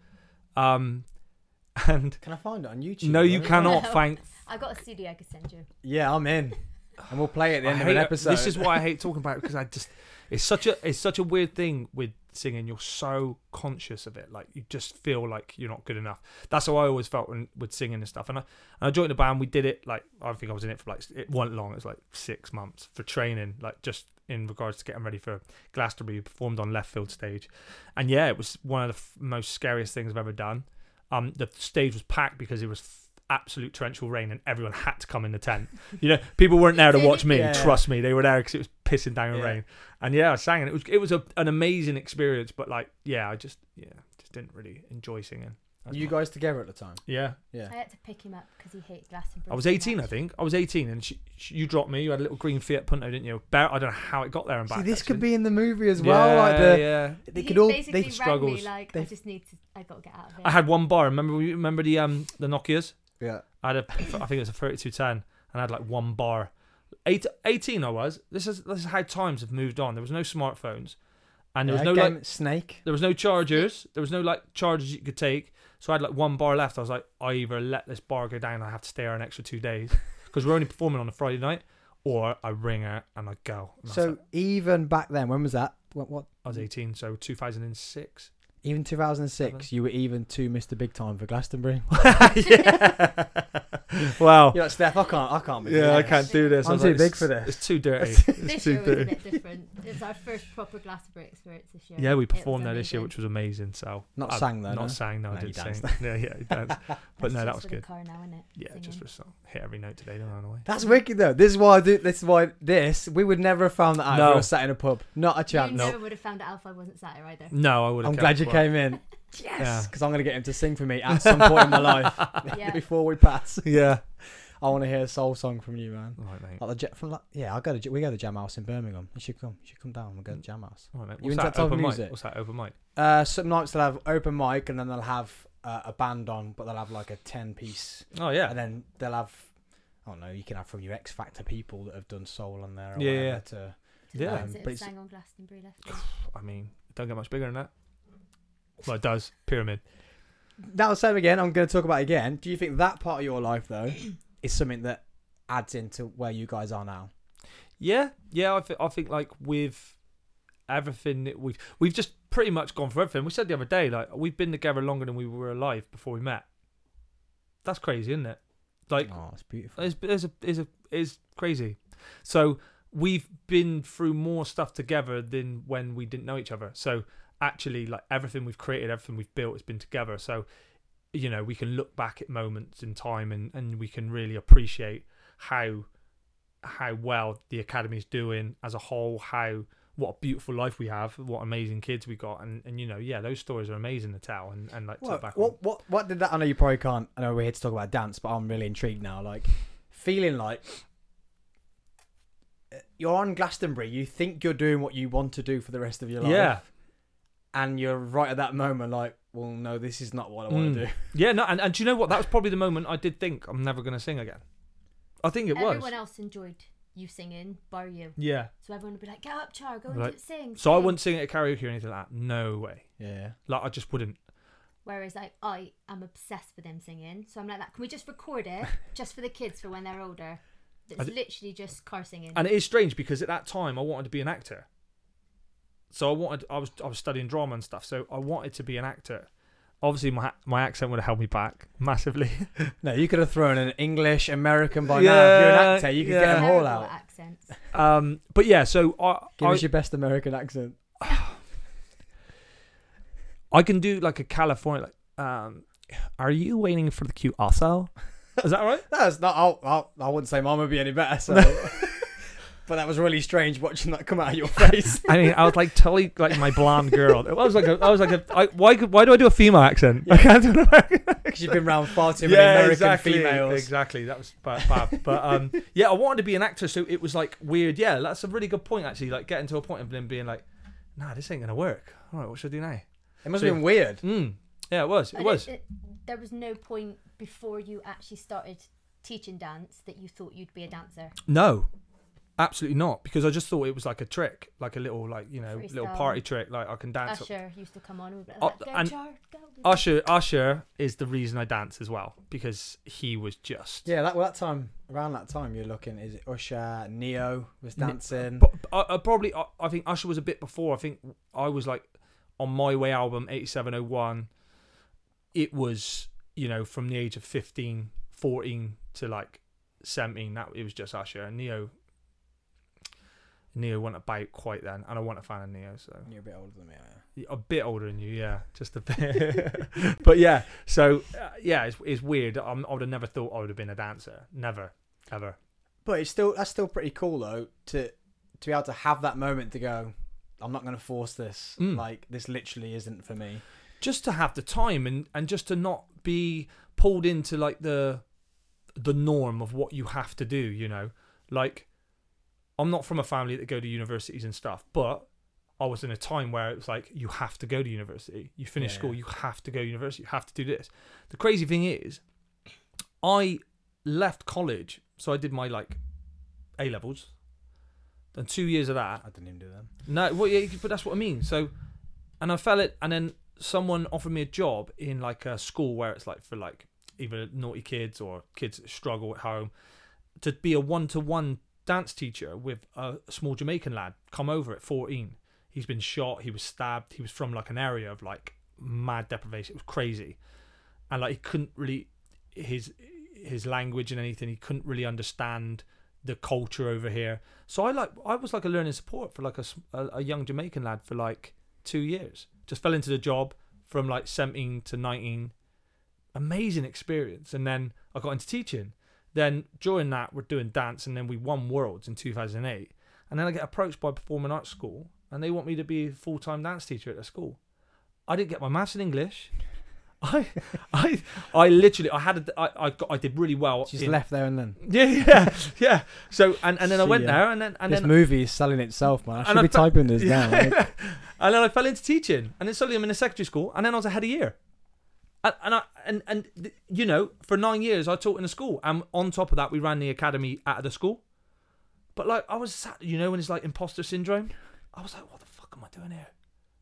C: Um, and
B: Can I find it on YouTube?
C: no, you
B: Right?
C: cannot
D: No.
C: thank.
D: I got a CD I could send you.
B: Yeah, I'm in, and we'll play at the
C: I
B: end of an
C: hate-
B: episode.
C: This is why I hate talking about it because I just it's such a it's such a weird thing with singing. You're so conscious of it, like you just feel like you're not good enough. That's how I always felt when with singing and stuff. And I and I joined the band. We did it like I think I was in it for like it wasn't long. It was like six months for training, like just in regards to getting ready for Glastonbury. We performed on left field stage, and yeah, it was one of the f- most scariest things I've ever done. Um, the stage was packed because it was. f- Absolute torrential rain, and everyone had to come in the tent. You know, people weren't there to watch me.
B: Yeah.
C: Trust me, they were there because it was pissing down
B: Yeah.
C: rain. And yeah, I sang, and it was it was a, an amazing experience. But like, yeah, I just yeah, just didn't really enjoy singing. That's
B: you
C: my-
B: guys together at the time.
C: yeah.
B: Yeah.
D: I had to pick him up because he hated Glastonbury.
C: I was
D: so
C: 18,
D: much.
C: I think. I was 18, and she, she, you dropped me. You had a little green Fiat Punto, didn't you? Bear, I don't know how it got there and back.
B: See, this could
C: actually.
B: be in the movie as well. like
C: Yeah,
B: the,
C: yeah.
B: they
D: He
B: could all they
D: basically rang
C: struggles.
D: Me, like, I
B: They-
D: just need to. I got to get out of here.
C: I had one bar. Remember, we- remember the um the Nokia's.
B: yeah.
C: I had a, I think it was a 3210, and I had like one bar. Eight, 18 I was. This is this is how times have moved on. There was no smartphones, and there was
B: Yeah,
C: no like
B: game, snake.
C: There was no chargers. There was no like chargers you could take. So I had like one bar left. I was like, I either let this bar go down, I have to stay here an extra two days because we're only performing on a Friday night, or I ring her and I go. And that's
B: So
C: it.
B: even back then, when was that? What? what
C: I was 18, so 2006.
B: even 2006, you were even too Mr. Big Time for Glastonbury.
C: yeah. Wow.
B: You're like Steph. I can't. I can't. Be
C: Yeah, I can't do this.
B: I'm
C: I was
B: too
C: like,
B: big
C: it's-
B: for this.
C: It's too dirty.
D: this
C: It's
D: year
C: too
D: was
C: dirty.
D: a bit different. It was our first proper Glastonbury experience this year.
C: Yeah, we
D: It was
C: performed there this year,
D: amazing.
C: which was amazing. So
B: Not
C: I-
B: sang though,
C: Not
B: no?
C: sang. No, I
B: No, you
C: didn't sing. yeah, yeah, you danced. but
D: That's
C: no, that
D: just
C: was
D: for the
C: good.
D: car now, innit?
C: Yeah, just
D: Singing.
C: for a song. Hit every note today, don't I? on the way.
B: That's wicked though. This is why I do. This is why this we would never have found that out. if
C: No.
B: We were sat in a pub. Not a chance.
D: You
C: No.
D: never would have found it out if I wasn't sat here either.
C: No, I would.
B: I'm glad you came in.
C: Yeah.
B: Yes, because I'm gonna get him to sing for me at some point in my life
D: Yeah.
B: before we pass.
C: Yeah.
B: I want to hear a soul song from you, man.
C: All right, mate.
B: Like the j- from like, yeah, I go to j- we go to Jam House in Birmingham. You should come. You should come down. We will go to Jam House.
C: All right, mate.
B: You
C: What's
B: into that
C: that,
B: type of
C: open
B: music?
C: mic? What's that open mic?
B: Uh, some nights they'll have open mic and then they'll have uh, a band on, but they'll have like a ten piece,
C: Oh yeah.
B: and then they'll have I don't know. You can have from your X Factor people that have done soul on there. Or
C: Yeah, yeah.
B: whatever To,
C: Yeah,
D: Friends
B: but
D: that
B: it's-
D: sang on Glastonbury left.
C: I mean, it don't get much bigger than that. Well, it does. Pyramid.
B: that was same again. I'm going to talk about it again. Do you think that part of your life though is something that adds into where you guys are now?
C: Yeah, yeah. I, th- I think like with everything that we've we've just pretty much gone for everything. We said the other day like we've been together longer than we were alive before we met. That's crazy, isn't it? Like
B: oh, it's beautiful.
C: it's it's a, it's, a, it's crazy. So we've been through more stuff together than when we didn't know each other. So actually, like everything we've created, everything we've built has been together. So you know, we can look back at moments in time and and we can really appreciate how how well the academy's doing as a whole. How what a beautiful life we have, what amazing kids we got, and and you know, yeah, those stories are amazing to tell and and like to look
B: What,
C: back. on.
B: what what what did that? I know you probably can't. I know we're here to talk about dance, but I'm really intrigued now. Like feeling like uh, you're on Glastonbury, you think you're doing what you want to do for the rest of your life,
C: Yeah.
B: and you're right at that moment, like, well, no, this is not what I want
C: Mm.
B: to do.
C: Yeah, no, and, and do you know what? That was probably the moment I did think I'm never going to sing again. I think it
D: Everyone
C: was.
D: else enjoyed you singing, bar you.
C: Yeah.
D: So everyone would be like, "Go up, Char, go
C: I'm
D: and
C: like-
D: do- sing."
C: So I
D: sing."
C: wouldn't sing at karaoke or anything like that. No way.
B: Yeah,
C: Like I just wouldn't.
D: Whereas like I am obsessed with them singing, so I'm like that. Can we just record it just for the kids for when they're older? It's
C: I d-
D: literally just car singing.
C: And it is strange because at that time I wanted to be an actor. So I wanted. I was I was studying drama and stuff. So I wanted to be an actor. Obviously, my my accent would have held me back massively.
B: no, you could have thrown an English American by now. If you're
C: Yeah,
B: an actor, you could get
C: yeah.
B: them all
D: Terrible
B: out.
D: accents.
C: um, but yeah, so I
B: Give
C: I,
B: us your best American accent.
C: I can do like a California. Like, um, are you waiting for the cue? Also, is that right?
B: That's not. I'll, I'll, I wouldn't say mine would be any better. So. But that was really strange watching that come out of your face.
C: I mean, I was like totally like my blonde girl. I was like, a, I was like, a, I, why could- why do I do a female accent? I can't do an American.
B: Because you've been round far too many
C: yeah,
B: American
C: exactly,
B: females.
C: exactly. That was bad, bad. but um, yeah, I wanted to be an actor, so it was like weird. Yeah, that's a really good point actually. Like getting to a point of them being like, nah, this ain't gonna work. All right, what should I do now?
B: It must have been weird.
C: Mm. Yeah, it was. It
D: And
C: was.
D: there was no point before you actually started teaching dance that you thought you'd be a dancer.
C: No, absolutely not. Because I just thought it was like a trick, like a little, like you know, little
D: Freestyle.
C: party trick. Like I can dance.
D: Usher used to come on and we'd be
C: Oh,
D: like, "Go,
C: and-
D: Char, go."
C: Usher, Usher is the reason I dance as well because he was just
B: Yeah, that well, that time around that time you're looking. Is it Usher? Neo was
C: Ni-
B: dancing.
C: But I, I probably I, I think Usher was a bit before. I think I was like on my way album 8701. It was you know from the age of 15, 14 to like 17. That it was just Usher and Neo. Neo wasn't about quite then, and I wasn't a fan of Neo, so
B: you're a bit older than me. aren't you?
C: a bit older than you, yeah, just a bit. but yeah, so uh, yeah, it's, it's weird. i I would have never thought I would have been a dancer, never, ever.
B: But it's still that's still pretty cool though to to be able to have that moment to go. I'm not going to force this.
C: Mm.
B: Like this literally isn't for me.
C: just to have the time and and just to not be pulled into like the the norm of what you have to do you know like i'm not from a family that go to universities and stuff but i was in a time where it was like you have to go to university you finish
B: Yeah.
C: school you have to go to university you have to do this the crazy thing is i left college so i did my like a levels and two years of that
B: I didn't even do them.
C: no, well, yeah, but that's what I mean. So, and I fell it, and then someone offered me a job in like a school where it's like for like either naughty kids or kids that struggle at home to be a one to one dance teacher with a small Jamaican lad come over at 14. He's been shot, he was stabbed, he was from like an area of like mad deprivation. It was crazy. And like he couldn't really his his language and anything, he couldn't really understand the culture over here. So I like I was like a learning support for like a, s- a- a young Jamaican lad for like two years. Just fell into the job from like 17 to 19. Amazing experience, and then I got into teaching. Then during that we're doing dance, and then we won worlds in 2008. And then I get approached by a performing arts school, and they want me to be a full time dance teacher at their school. I didn't get my maths and English. I, I, I literally, I had, a, I, I, got, I did really well.
B: Just
C: in-
B: left there and then.
C: yeah, yeah, yeah. So and, and then I
B: See
C: went
B: ya.
C: there, and then and
B: this
C: then
B: movie is selling itself, man. I
C: And
B: should
C: I
B: be
C: felt-
B: typing this down.
C: Yeah.
B: like-
C: and then I fell into teaching, and then suddenly I'm in a secondary school, and then I was ahead a year. And and I, and, and th- you know, for nine years I taught in a school, and on top of that, we ran the academy out of the school. But like I was sat, you know, when it's like imposter syndrome, I was like, what the fuck am I doing here?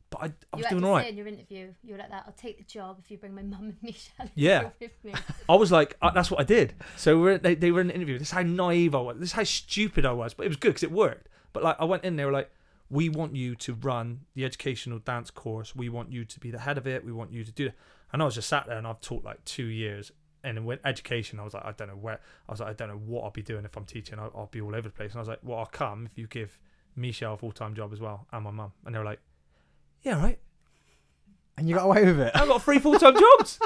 C: But I, I was
D: you
C: doing
D: had to
C: all
D: say
C: right.
D: in your interview, you were like that. I'll take the job if you bring my mum and Michelle
C: Yeah.
D: with me.
C: I was like, uh, that's what I did. So we're, they, they were in an interview. This is how naive I was. This is how stupid I was. But it was good because it worked. But like, I went in. They were like, we want you to run the educational dance course. We want you to be the head of it. We want you to do that. And I was just sat there and I've taught like two years. And then with education, I was like, I don't know where. I was like, I don't know what I'll be doing if I'm teaching. I'll, I'll be all over the place. And I was like, well, I'll come if you give Michelle a full time job as well and my mum. And they were like, yeah, right.
B: and you got away with it.
C: I got three full time jobs.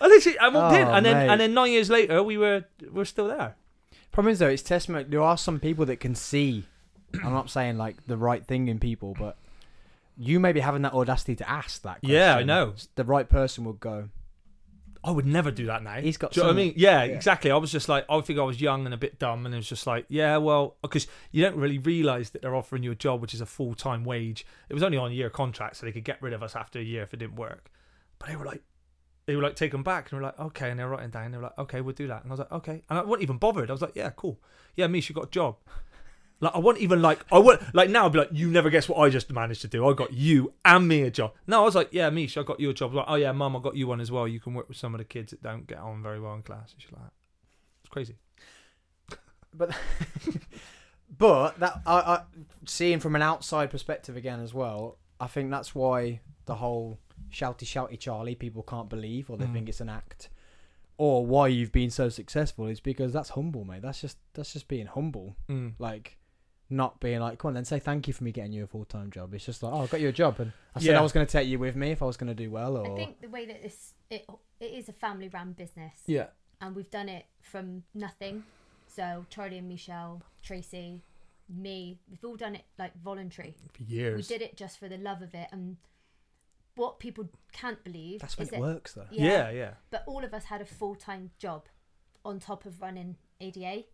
C: I literally, I walked in,
B: Oh,
C: and then
B: mate.
C: and then nine years later, we were we're still there.
B: Problem is though, it's testament. There are some people that can see. I'm not saying like the right thing in people, but you maybe having that audacity to ask that. Question,
C: Yeah, I know.
B: The right person would go.
C: I would never do that now.
B: He's got
C: Do you know what I
B: something.
C: mean? Yeah,
B: Yeah.
C: exactly. I was just like, I think I was young and a bit dumb, and it was just like, yeah, well, because you don't really realize that they're offering you a job which is a full time wage. It was only on a year contract, so they could get rid of us after a year if it didn't work. But they were like, they were like, take them back, and we we're like, okay, and they're writing down, they were like, okay, we'll do that, and I was like, okay, and I wasn't even bothered. I was like, yeah, cool, yeah, Mish, you got a job. Like I won't even like I would like now I'd be like you never guess what I just managed to do I got you and me a job no I was like yeah Mish I got you a job like oh yeah mum I got you one as well you can work with some of the kids that don't get on very well in class and she's like it's crazy
B: But that I, I seeing from an outside perspective again as well, I think that's why the whole shouty shouty Charlie people can't believe or they
C: Mm.
B: think it's an act, or why you've been so successful is because that's humble, mate. That's just that's just being humble.
C: mm.
B: like not being like, come on, then say thank you for me getting you a full time job. It's just like, oh, I got you a job, and I said
C: Yeah.
B: I was going to take you with me if I was going to do well,
D: I
C: Oh.
B: or
D: think the way that this it it is a family run business,
C: yeah
D: and we've done it from nothing. So Charlie and Michelle, Tracy, me, we've all done it like voluntary.
C: for years
D: We did it just for the love of it, and what people can't believe
B: that's when
D: is
B: it
D: that-
B: works though.
D: Yeah,
C: yeah yeah
D: but all of us had a full time job on top of running ADA.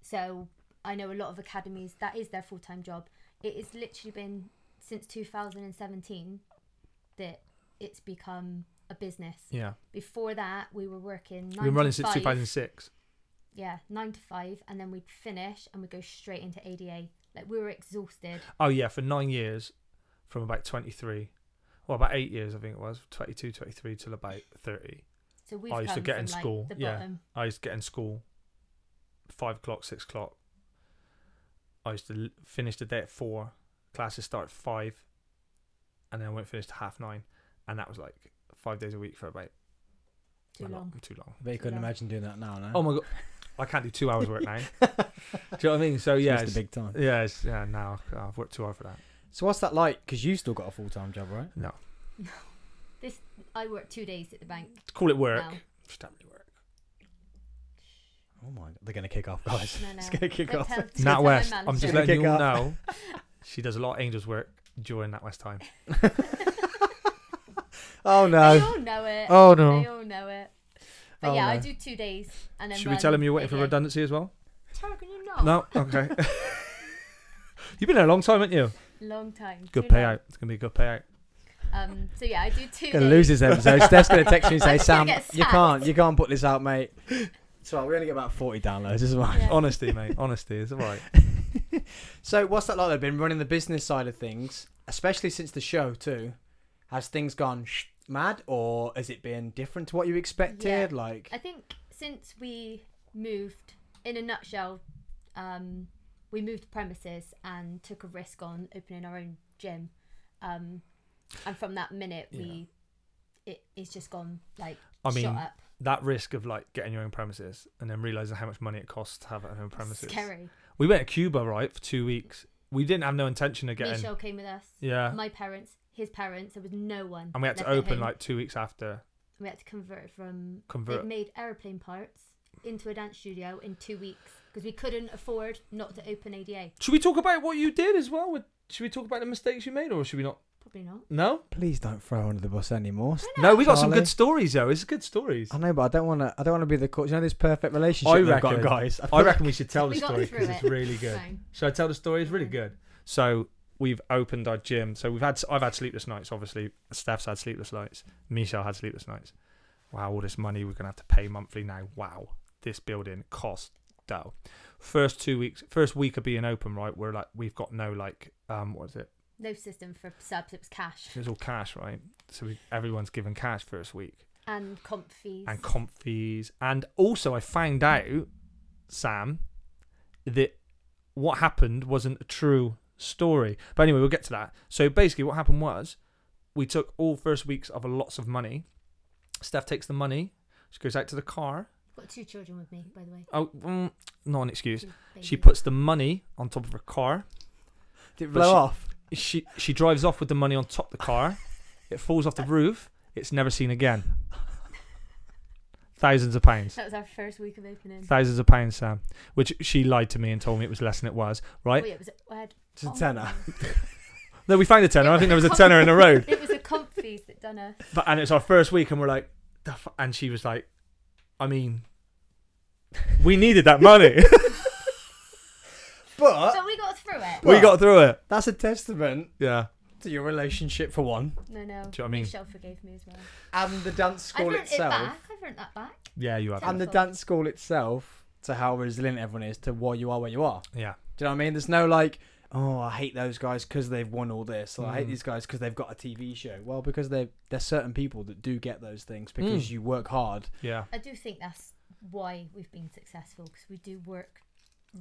D: So I know a lot of academies that is their full time job. It has literally been since 2017 that it's become a business.
C: yeah
D: Before that, we were working.
C: we've
D: Nine
C: been
D: to
C: running since
D: five.
C: 2006
D: Yeah, nine to five, and then we'd finish and we'd go straight into ADA. Like we were exhausted.
C: oh yeah for nine years from about 23 well about eight years I think it was 22 23 till about 30
D: So we
C: I used to
D: come
C: get
D: from,
C: in
D: like,
C: school,
D: The
C: yeah.
D: bottom.
C: I used to get in school five o'clock, six o'clock. I used to l- finish the day at four. Classes start at five, and then I went finished at half nine, and that was like five days a week for about
D: Too
C: a lot-
D: long.
C: Too long.
B: But you couldn't imagine doing that now, no.
C: Oh my god, I can't do two hours work now. do you know what I mean? So
B: It's
C: yeah,
B: missed
C: it's,
B: the big time.
C: yeah, it's, yeah. Now I've worked too hard for that.
B: So what's that like? Because you still got a full time job, right?
C: No,
D: I worked two days at the bank.
C: call it work.
D: No.
C: It's not really work.
B: Oh my, god. they're going to kick off, guys.
D: No, no.
B: it's going to kick
D: Don't
B: off.
D: tell- don't tell
C: Nat
D: my
C: West. I'm
D: manager.
C: just
B: Gonna
C: letting
B: kick
C: you all
B: up.
C: know. She does a lot of angels work during Nat West time.
B: Oh
D: They
B: no.
D: all know it.
B: Oh
D: They
B: no.
D: all know it. But
B: Oh,
D: yeah, I
B: no.
D: do two days and then.
C: Should we tell him you're waiting for
D: redundant?
C: redundancy as well?
D: Tara, can you not?
C: No, okay. You've been there a long time, haven't you?
D: Long time.
C: Good
D: Too long.
C: payout. It's gonna be a good payout.
D: Um. So yeah, I do two.
B: Gonna
D: days.
B: lose this episode. Steph's gonna text me and say,
D: I'm
B: "Sam,
D: gonna get
B: you
D: sacked."
B: can't, you can't put this out, mate." So we only get about forty downloads. This is why.
D: Yeah.
C: Honesty, mate. Honesty is all right.
B: So what's that like? They've been running the business side of things, especially since the show too. Has things gone sh- mad, or has it been different to what you expected?
D: Yeah.
B: Like,
D: I think since we moved, in a nutshell, um, we moved premises and took a risk on opening our own gym, um, and from that minute we, it, it's just gone like
C: I mean,
D: shot up.
C: that risk of like getting your own premises and then realizing how much money it costs to have an own premises.
D: Scary.
C: We went to Cuba right for two weeks. We didn't have no intention of getting.
D: Michelle came with us.
C: Yeah,
D: My parents, his parents. There was no one.
C: and we had to
D: left at
C: open
D: home.
C: like two weeks after
D: We had to convert it from. They
C: convert.
D: made aeroplane parts into a dance studio in two weeks because we couldn't afford not to open ADA.
C: Should we talk about what you did as well? With, should we talk about the mistakes you made, or should we not?
D: Probably not.
C: No,
B: Please don't throw her under the bus anymore.
C: no, we got some
B: Charlie.
C: good stories though. It's good stories.
B: I know, but I don't want to. I don't want to be the cause. You know this perfect relationship
C: I
B: we've got,
C: reckon-
B: guys. feel
C: I
B: like-
C: reckon we should tell the
D: We got
C: story
D: through
C: because it's
D: it.
C: really good.
D: Fine.
C: Should I tell the story? It's really good. So we've opened our gym. So we've had I've had sleepless nights. Obviously, Steph's had sleepless nights. Michelle had sleepless nights. Wow, all this money we're gonna have to pay monthly now. Wow, this building costs dough. First two weeks, first week of being open, right? We're like we've got no like um what is it?
D: No system for subs. It was cash
C: It's all cash, right? So we, everyone's given cash first week.
D: and comp fees.
C: and comp fees. And also, I found out, Sam, that what happened wasn't a true story. But anyway, we'll get to that. So basically, what happened was we took all first weeks of lots of money. Steph takes the money. She goes out to the car.
D: got two children with me, by the way.
C: Oh, mm, not an excuse.
D: Two
C: She
D: babies.
C: puts the money on top of her car.
B: Did it
C: But
B: blow
C: she-
B: off?
C: She she drives off with the money on top of the car. It falls off the roof. It's never seen again. Thousands of pounds.
D: That was our first week of opening.
C: thousands of pounds, Sam. Which she lied to me and told me it was less than it was, right?
D: Oh, yeah, it was. I had
B: It's a
D: Oh.
B: tenner.
C: No, we found a tenner. I think there was a tenner in a row.
D: It was a comp fees that done us.
C: But and it's our first week, and we're like, the f-? and she was like, I mean, we needed that money.
B: But
D: So we got through it.
C: we got through it.
B: that's a testament
C: Yeah.
B: to your relationship for one,
C: Do
D: No, no.
C: you know what I mean?
D: Michelle forgave me as well.
B: and the dance
D: I've
B: school
D: earned it
B: itself,
D: back. I've earned that back.
C: Yeah, you have.
D: Um,
B: and the dance school itself, to how resilient everyone is to why you are where you are.
C: yeah.
B: Do you know what I mean? There's no like, oh, I hate those guys because they've won all this, or I hate
C: Mm.
B: these guys because they've got a TV show. Well, because they there's certain people that do get those things because
C: Mm.
B: you work hard.
C: Yeah.
D: I do think that's why we've been successful because we do work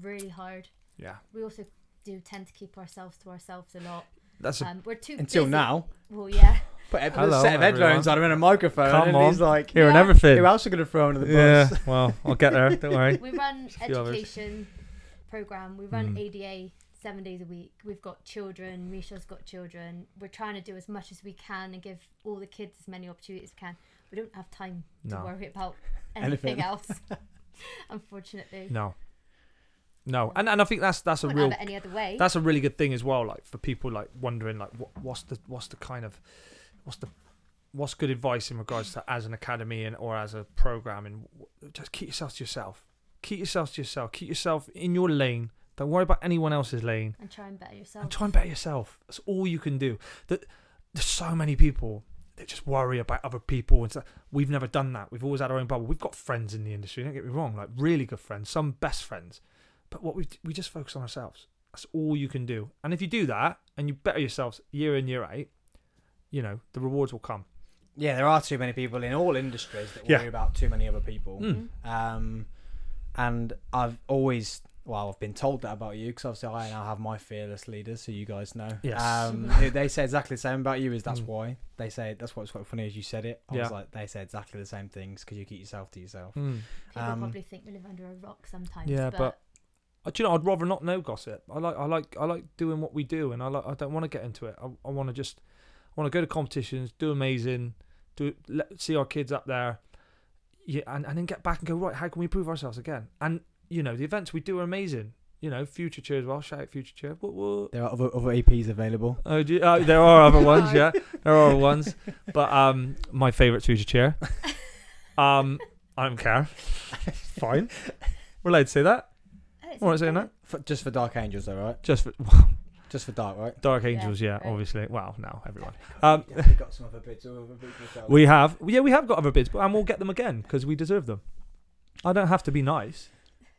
D: really hard.
C: Yeah.
D: We also do tend to keep ourselves to ourselves a lot.
C: That's a.
D: Um, we're too
B: Until
D: busy-
B: now,
D: Well, yeah.
B: put a
C: Hello,
B: set of headphones on and a microphone,
C: Come
B: and he's
C: on.
B: like,
C: Here and
D: Yeah.
C: everything.
B: who else are gonna throw under the bus?
C: yeah. Well, I'll get there. Don't worry.
D: We run
C: few hours.
D: education program. We run
C: Mm.
D: ADA seven days a week. We've got children. Misha's got children. We're trying to do as much as we can and give all the kids as many opportunities as we can. We don't have time to
C: No.
D: worry about
B: Anything.
D: anything else, unfortunately.
C: No. No. And and I think that's that's a
D: Couldn't
C: real
D: have it any other way.
C: that's a really good thing as well like for people like wondering like what, what's the what's the kind of what's the what's good advice in regards to as an academy and or as a program and w- just keep yourself to yourself keep yourself to yourself keep yourself in your lane don't worry about anyone else's lane
D: and try and better yourself.
C: and try and better yourself that's all you can do that there's so many people that just worry about other people and stuff. we've never done that we've always had our own bubble we've got friends in the industry don't get me wrong like really good friends some best friends but what we we just focus on ourselves that's all you can do and if you do that and you better yourselves year in year out you know the rewards will come
B: Yeah, there are too many people in all industries that
C: Yeah.
B: worry about too many other people.
C: Mm.
B: Um, and I've always, well, I've been told that about you because obviously I now have my fearless leaders, so you guys know.
C: Yes.
B: Um, who they say exactly the same about you. Is that's
C: Mm.
B: why they say that's what's quite funny is you said it. I
C: Yeah.
B: was like, they say exactly the same things because you keep yourself to yourself.
D: People
B: um,
D: probably think we live under a rock sometimes.
C: Yeah,
D: but,
C: but- Uh, Do you know? I'd rather not know gossip. I like, I like, I like doing what we do, and I like, I don't want to get into it. I, I want to just, I want to go to competitions, do amazing, do let, see our kids up there, yeah, and, and then get back and go right. How can we improve ourselves again? And you know, the events we do are amazing. You know, future cheer as well. Shout out future cheer. What what?
B: There are other, other EPs available.
C: Oh, do you, oh, there are other ones. Yeah, there are other ones. But um, my favourite future cheer. Um, I don't care. Fine. We're allowed to say that.
D: I don't
C: All right,
D: think
C: saying
D: so.
C: that.
B: For, just for Dark Angels, though, right?
C: Just for,
B: Just for Dark, right?
C: Dark Angels, yeah,
D: right.
C: obviously. Well, now everyone. Um,
B: we got some other bits.
C: We have, yeah, we have got other bids, but and we'll get them again because we deserve them. I don't have to be nice.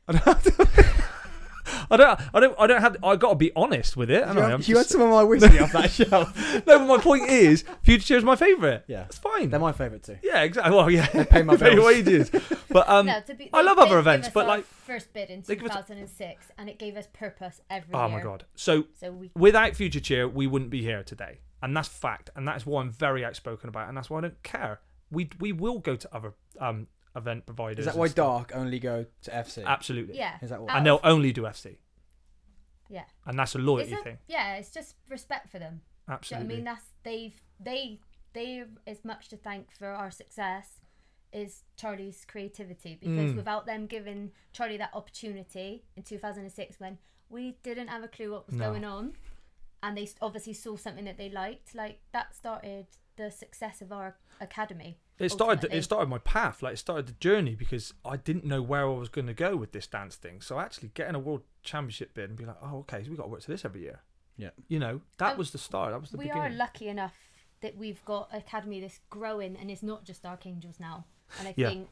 C: I don't. Have to, I don't. I don't. I don't have. I got to be honest with it. haven't I?
B: you,
C: I'm
B: you had
C: just-
B: some of my whiskey off that shelf.
C: no, but my point is, Future Cheer is my favorite.
B: Yeah,
C: That's fine.
B: they're my favourite too.
C: yeah, exactly. Well, yeah,
B: They pay my
C: pay
B: bills.
C: wages, but um,
D: No, to be,
C: I
D: they
C: love
D: did
C: other
D: give
C: events,
D: us
C: but,
D: our
C: like-
D: first bid in
C: They give us-
D: 2006, and it gave us purpose every year.
C: oh my god. So
D: So we
C: without Future Cheer, we wouldn't be here today, and that's fact, and that's why I'm very outspoken about, it, and that's why I don't care. We we will go to other um event providers.
B: Is that
C: and
B: why
C: stuff.
B: Dark only go to FC?
C: Absolutely.
D: Yeah.
B: Is that why?
D: Out
C: And they'll
D: of-
C: only do FC,
D: yeah.
C: and that's a
D: It's
C: loyalty
D: a-
C: thing.
D: yeah, it's just respect for them. Do you know
C: Absolutely.
D: what I mean? That's they've they they as much to thank for our success is Charlie's creativity because
C: Hmm.
D: without them giving Charlie that opportunity in 2006 when we didn't have a clue what was
C: No.
D: going on and they s- obviously saw something that they liked like that started the success of our academy
C: it started.
D: ultimately.
C: It started my path. Like it started the journey because I didn't know where I was going to go with this dance thing. So actually, getting a world championship bid and be like, oh, okay, so we got to work to this every year.
B: Yeah.
C: You know, that
D: Um,
C: was the start. That was the
D: we
C: beginning.
D: are lucky enough that we've got academy that's growing and it's not just archangels now and i
C: Yeah.
D: think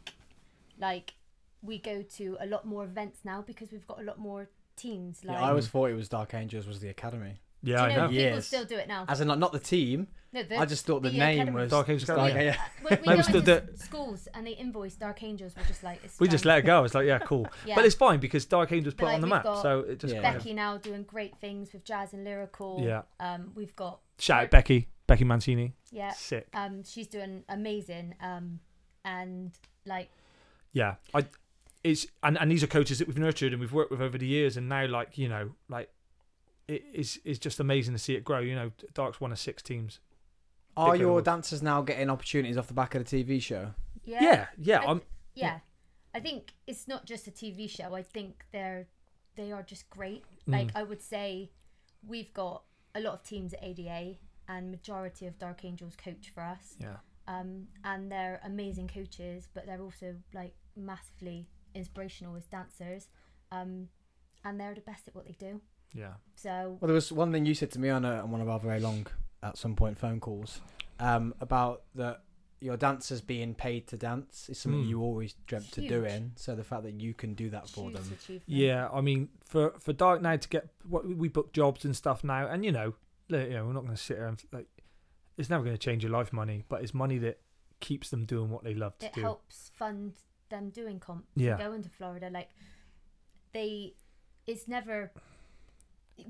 D: like we go to a lot more events now because we've got a lot more teams like
B: Yeah, I always
C: Mm.
B: thought it was Dark Angels was the academy.
D: do
C: yeah,
D: you
C: I know.
D: people
B: Yes.
D: still do it now
B: As in, like, not the team.
D: no, the,
B: I just thought the, name
D: academy.
B: was
C: Dark Angels
B: Dark-
C: Academy.
B: yeah.
D: when we
C: Maybe
D: go
C: still
D: into
C: do
D: s- schools and they invoiced archangels we're just like it's
C: We just
D: fine.
C: let it go. It's like, yeah, cool.
D: Yeah.
C: But it's fine because Dark Angels
D: But,
C: put it on the map,
D: like, we've got
C: so it just
B: Yeah.
C: kind of-
D: becky now doing great things with jazz and lyrical
C: Yeah.
D: um we've got
C: shout out Becky, Becky Mancini,
D: yeah
C: sick.
D: um she's doing amazing um and like
C: Yeah, I. It's and, and these are coaches that we've nurtured and we've worked with over the years, and now like you know like. It is it's just amazing to see it grow. You know, Dark's one of six teams.
B: Are
C: Dick
B: your
C: Reynolds.
B: dancers now getting opportunities off the back of the TV show?
D: yeah
C: Yeah, yeah.
D: I-
C: I'm,
D: yeah i think it's not just a tv show i think they're they are just great
C: Mm.
D: like i would say we've got a lot of teams at ada and majority of dark angels coach for us
C: yeah,
D: um, and they're amazing coaches but they're also like massively inspirational as dancers um, and they're the best at what they do
C: yeah.
D: so
B: Well, there was one thing you said to me on, a, on one of our very long, at some point, phone calls um, about that your dancers being paid to dance is something
C: Mm.
B: you always dreamt to
D: Huge.
B: doing. So the fact that you can do that for
D: huge
B: them.
D: achievement.
C: Yeah, I mean, for for Dark now to get what we book jobs and stuff now, and you know, like, you know, we're not going to sit here and like, it's never going to change your life money, but it's money that keeps them doing what they love to
D: it
C: do.
D: helps fund them doing comp
C: Yeah.
D: going to Florida. Like they, it's never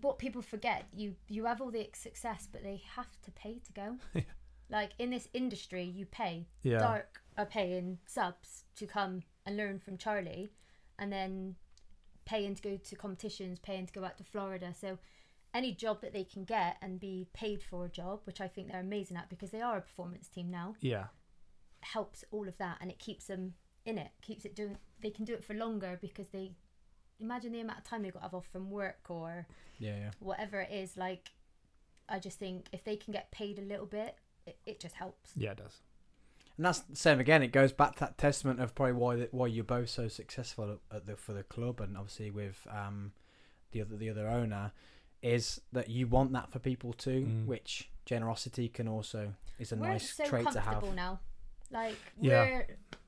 D: what people forget. You you have all the success, but they have to pay to go. like in this industry, you pay.
C: Yeah.
D: Dark are paying subs to come and learn from Charlie, and then paying to go to competitions, paying to go out to Florida. So any job that they can get and be paid for a job, which I think they're amazing at because they are a performance team now
C: Yeah,
D: helps all of that and it keeps them in it keeps it doing they can do it for longer because they imagine the amount of time they've got to have off from work or
B: Yeah, yeah.
D: whatever it is like i just think if they can get paid a little bit it, it just helps
C: yeah, it does.
B: And that's the same again. It goes back to that testament of probably why why you're both so successful at the for the club, and obviously with um, the other the other owner, is that you want that for people too,
C: Mm.
B: which generosity can also is a
D: we're
B: nice
D: so
B: trait to have.
D: comfortable now like
C: Yeah.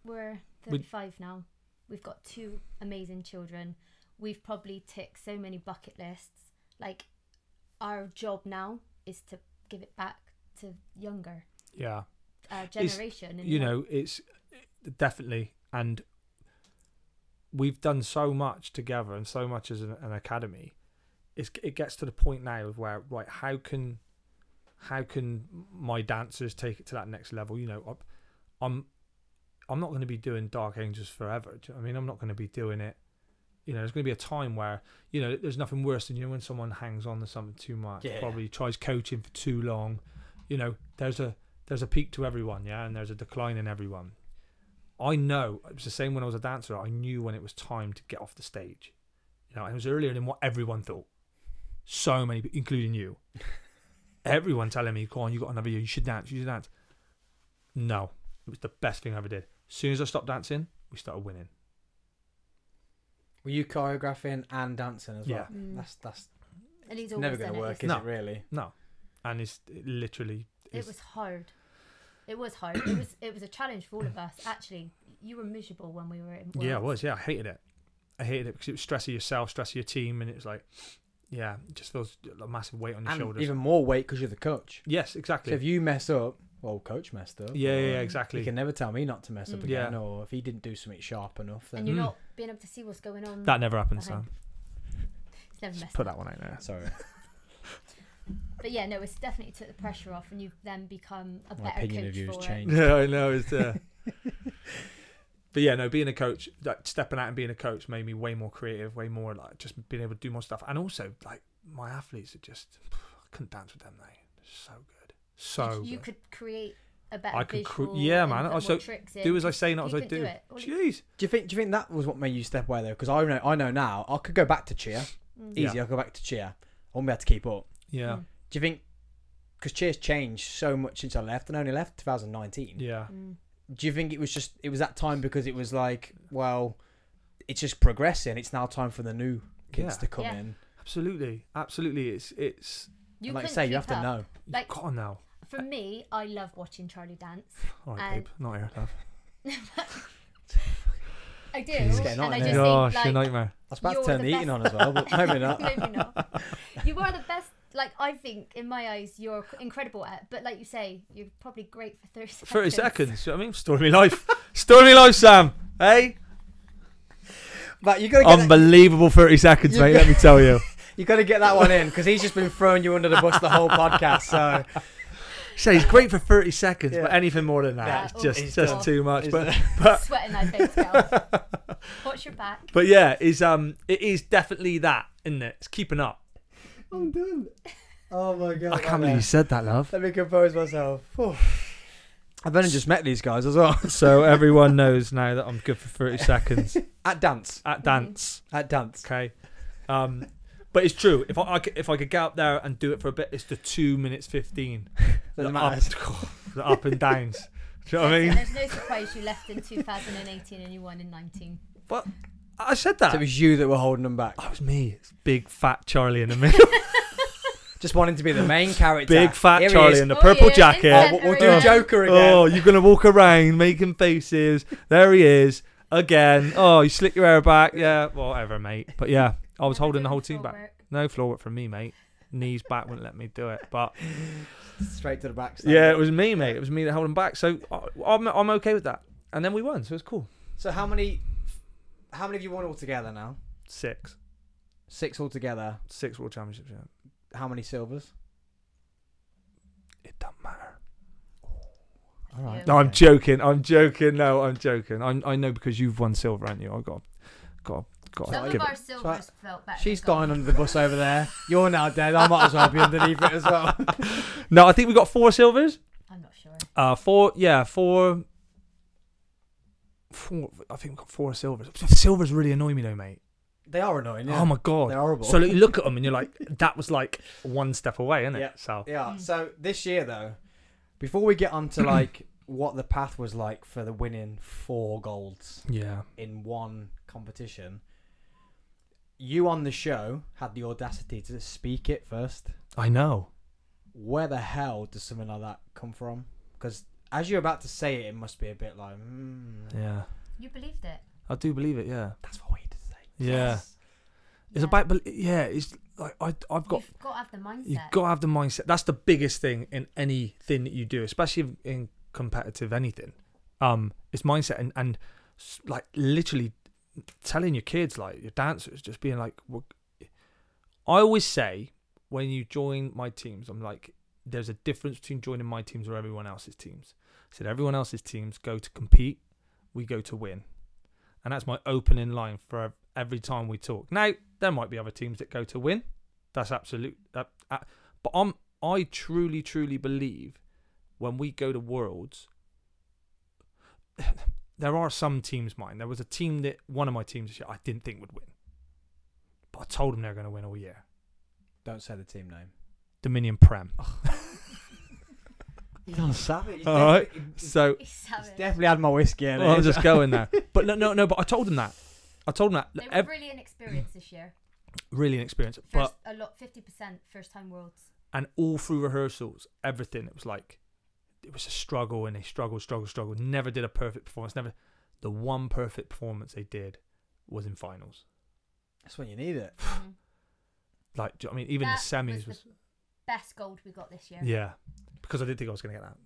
D: we're we're
C: We-
D: 35 now we've got two amazing children we've probably ticked so many bucket lists like our job now is to give it back to younger
C: Yeah,
D: uh,
C: It's-
D: generation and
C: you
D: like-
C: know, it's definitely, and we've done so much together and so much as an, an academy. It's, it gets to the point now of where right, how can, how can my dancers take it to that next level? You know, I'm, I'm, I'm not going to be doing Dark Angels forever. Do you know what I mean, I'm not going to be doing it. You know, there's going to be a time where you know there's nothing worse than you know when someone hangs on to something too much.
B: Yeah.
C: Probably tries coaching for too long. You know, there's a there's a peak to everyone, yeah, and there's a decline in everyone. I know it was the same when I was a dancer. I knew when it was time to get off the stage. You know, and it was earlier than what everyone thought. So many, including you, everyone telling me, "Go on, you got another year. You should dance. You should dance." No, it was the best thing I ever did. As soon as I stopped dancing, we started winning.
B: Were you choreographing and dancing as well?
C: Yeah.
D: Mm.
B: That's that's
D: And he's
B: never
D: always
B: going to
D: done it,
B: work, is
D: isn't
B: it? Really?
C: No, and it's it literally.
D: he? It was hard. It was hard. It was it was a challenge for all of us. Actually, you were miserable when we were in. Worlds.
C: Yeah, it was. Yeah, I hated it. I hated it because it was stress of yourself, stress of your team, and it was like, yeah, it just feels a massive weight on your
B: And
C: shoulders.
B: even more weight because you're the coach.
C: yes,
B: So
C: exactly.
B: if you mess up, well, coach messed up.
C: yeah, yeah, yeah,
B: He
C: exactly.
B: can never tell me not to mess up
D: Mm.
B: again,
C: Yeah.
B: or if he didn't do something sharp enough, then
D: And you're
C: Mm.
D: not being able to see what's going on.
C: That never happened,
D: Okay.
C: Sam.
D: it's never
C: Just
D: messed
C: put
D: up.
C: that one out there.
B: sorry.
D: But yeah, no, it's definitely took the pressure off, and you've then become a
B: My
D: better
B: opinion
D: coach
B: of you has
D: for it.
B: changed.
C: Yeah, I know. It's uh, but yeah, no, being a coach, like stepping out and being a coach made me way more creative, way more like just being able to do more stuff. And also, like my athletes are just, I couldn't dance with them. They They're so good, so
D: you
C: good.
D: could create a better
C: I could cre-
D: visual
C: yeah,
D: and
C: man.
D: put
C: I-
D: more
C: so
D: tricks in.
C: do as I say, not
D: You
C: as I
D: could
C: do.
D: do it. All you-
C: Jeez,
B: Do you think? Do you think that was what made you step away though? Because I know, I know now. I could go back to cheer. Easy.
C: Yeah.
B: I'll go back to cheer. I won't be able to keep up.
C: yeah,
D: Mm.
B: Do you think? Because cheer's changed so much since I left, and I only left 2019.
C: yeah.
D: Mm.
B: Do you think it was just it was that time because it was like, well, it's just progressing. It's now time for the new kids
C: Yeah.
B: to come
D: Yeah.
B: in.
C: Absolutely, absolutely. It's it's.
D: You
B: and like you
D: couldn't
B: say, you
D: keep
B: have to
D: up.
B: know.
D: Like-
C: you've got to know.
D: For me, I love watching Charlie dance.
C: All right,
D: And-
C: babe, not here, love.
D: I do,
B: It's
D: and
B: getting on,
D: I
B: isn't
D: just
B: it?
C: Gosh,
D: think
C: your
D: like
C: nightmare.
B: I was about
D: You're
B: to turn
D: the
B: the, eating
D: best.
B: on as well, but maybe not.
D: maybe not. You are the best. Like I think, in my eyes, you're incredible at. But like you say, you're probably great for thirty seconds.
C: Thirty seconds. You know what I mean, story of me life, story of me life, Sam. Hey,
B: But you gotta get that,
C: unbelievable thirty seconds,
B: You-
C: mate. Let me tell you.
B: you gotta get that one in because he's just been throwing you under the bus the whole podcast. So
C: So he's great for 30 seconds,
B: Yeah.
C: but anything more than that,
D: Yeah,
C: it's
D: oh
C: just
D: my
C: just
D: God.
C: too much.
B: Is
C: But
D: Sweating like baby girl. Watch your back.
C: but yeah, is um it is definitely that, isn't it? It's keeping up.
B: I'm done. Oh my god!
C: I can't believe you said that, love.
B: Let me compose myself. Phew. I've only just met these guys as well.
C: So everyone knows now that I'm good for 30 seconds
B: At dance.
C: at dance.
B: At dance.
C: Okay, um, but it's true. If I, I could, if I could get up there and do it for a bit, it's the two minutes 15. The
B: Doesn't
C: up,
B: matter.
C: the up and downs. Do you know what I mean?
D: There's no surprise you left in 2018 and you won in 19.
C: But I said that.
B: So it was you that were holding them back.
C: that was me. It's big fat Charlie in the middle.
B: Just wanting to be the main character.
C: big fat
B: Here he
C: Charlie
B: is.
C: in the
D: Oh,
C: purple
D: yeah,
C: jacket.
B: Oh, we'll, we'll do
D: Yeah.
B: Joker again.
C: Oh, you're gonna walk around making faces. There he is again. Oh, you slick your hair back. Yeah, whatever, mate. But yeah, I was holding the whole team back. No floor work from me, mate. Knees back wouldn't let me do it. But
B: Straight to the back. side.
C: yeah, it was me, mate. It was me that held him back. So I- I'm I'm okay with that. And then we won, so it's cool.
B: So how many? How many of you won altogether now?
C: Six,
B: Six altogether.
C: six world championships. Yeah.
B: How many silvers?
C: It doesn't matter.
B: All right.
C: No, I'm
B: Okay.
C: joking. I'm joking. No, I'm joking. I I know because you've won silver, haven't you? I got got got.
D: Some
C: to
D: of
C: give it.
D: our silvers felt better.
B: She's
D: than gold.
B: dying under the bus over there. You're now dead. I might as well be underneath it as well.
C: No, I think we got four silvers.
D: I'm not sure.
C: Uh, four, yeah, four, four. I think we got four silvers. Silvers really annoy me though, mate.
B: They are annoying. Yeah.
C: Oh my god,
B: They're horrible.
C: So you look at them and you're like, that was like one step away, isn't it?
B: Yeah.
C: So
B: Yeah.
D: Mm.
B: So this year, though, before we get on to like what the path was like for the winning four golds
C: yeah,
B: in one competition, you on the show had the audacity to speak it first.
C: I know.
B: Where the hell does something like that come from? Because as you're about to say it, it must be a bit like, mm,
C: Yeah,
D: You believed it.
C: I do believe it. Yeah,
B: that's what we need to say.
C: yeah. It's
D: Yeah.
C: about, bel- yeah. It's like I, I've got
D: You've got to have the mindset.
C: You've got to have the mindset. That's the biggest thing in anything that you do, especially in- in competitive anything. Um, it's mindset and and s- like literally telling your kids, like your dancers, just being like, "We're-" I always say when you join my teams, I'm like, there's a difference between joining my teams or everyone else's teams. I said everyone else's teams go to compete, we go to win, and that's my opening line for ev- every time we talk. Now there might be other teams that go to win. That's absolute. That, uh, but I'm I truly truly believe when we go to worlds, there are some teams mine. There was a team that one of my teams this year I didn't think would win, but I told them they're going to win all year.
B: Don't say the team name.
C: Dominion Prem.
B: He's on savage.
C: All right. So
D: He's savage.
B: He's definitely had my whiskey in
C: well,
B: it.
C: I'm just going there. But no no no. But I told them that. I told them that
D: They were
C: Ev-
D: really inexperienced this year.
C: really inexperienced,
D: First,
C: but
D: a lot, 50% first time worlds.
C: and all through rehearsals, everything it was like it was a struggle and they struggled, struggled, struggled. Never did a perfect performance. Never the one perfect performance they did was in finals.
B: That's when you need it.
D: Mhm.
C: Like do you know what I mean, even
D: That
C: the semis was,
D: was Best gold we got this year.
C: yeah, because I didn't think I was going to get that.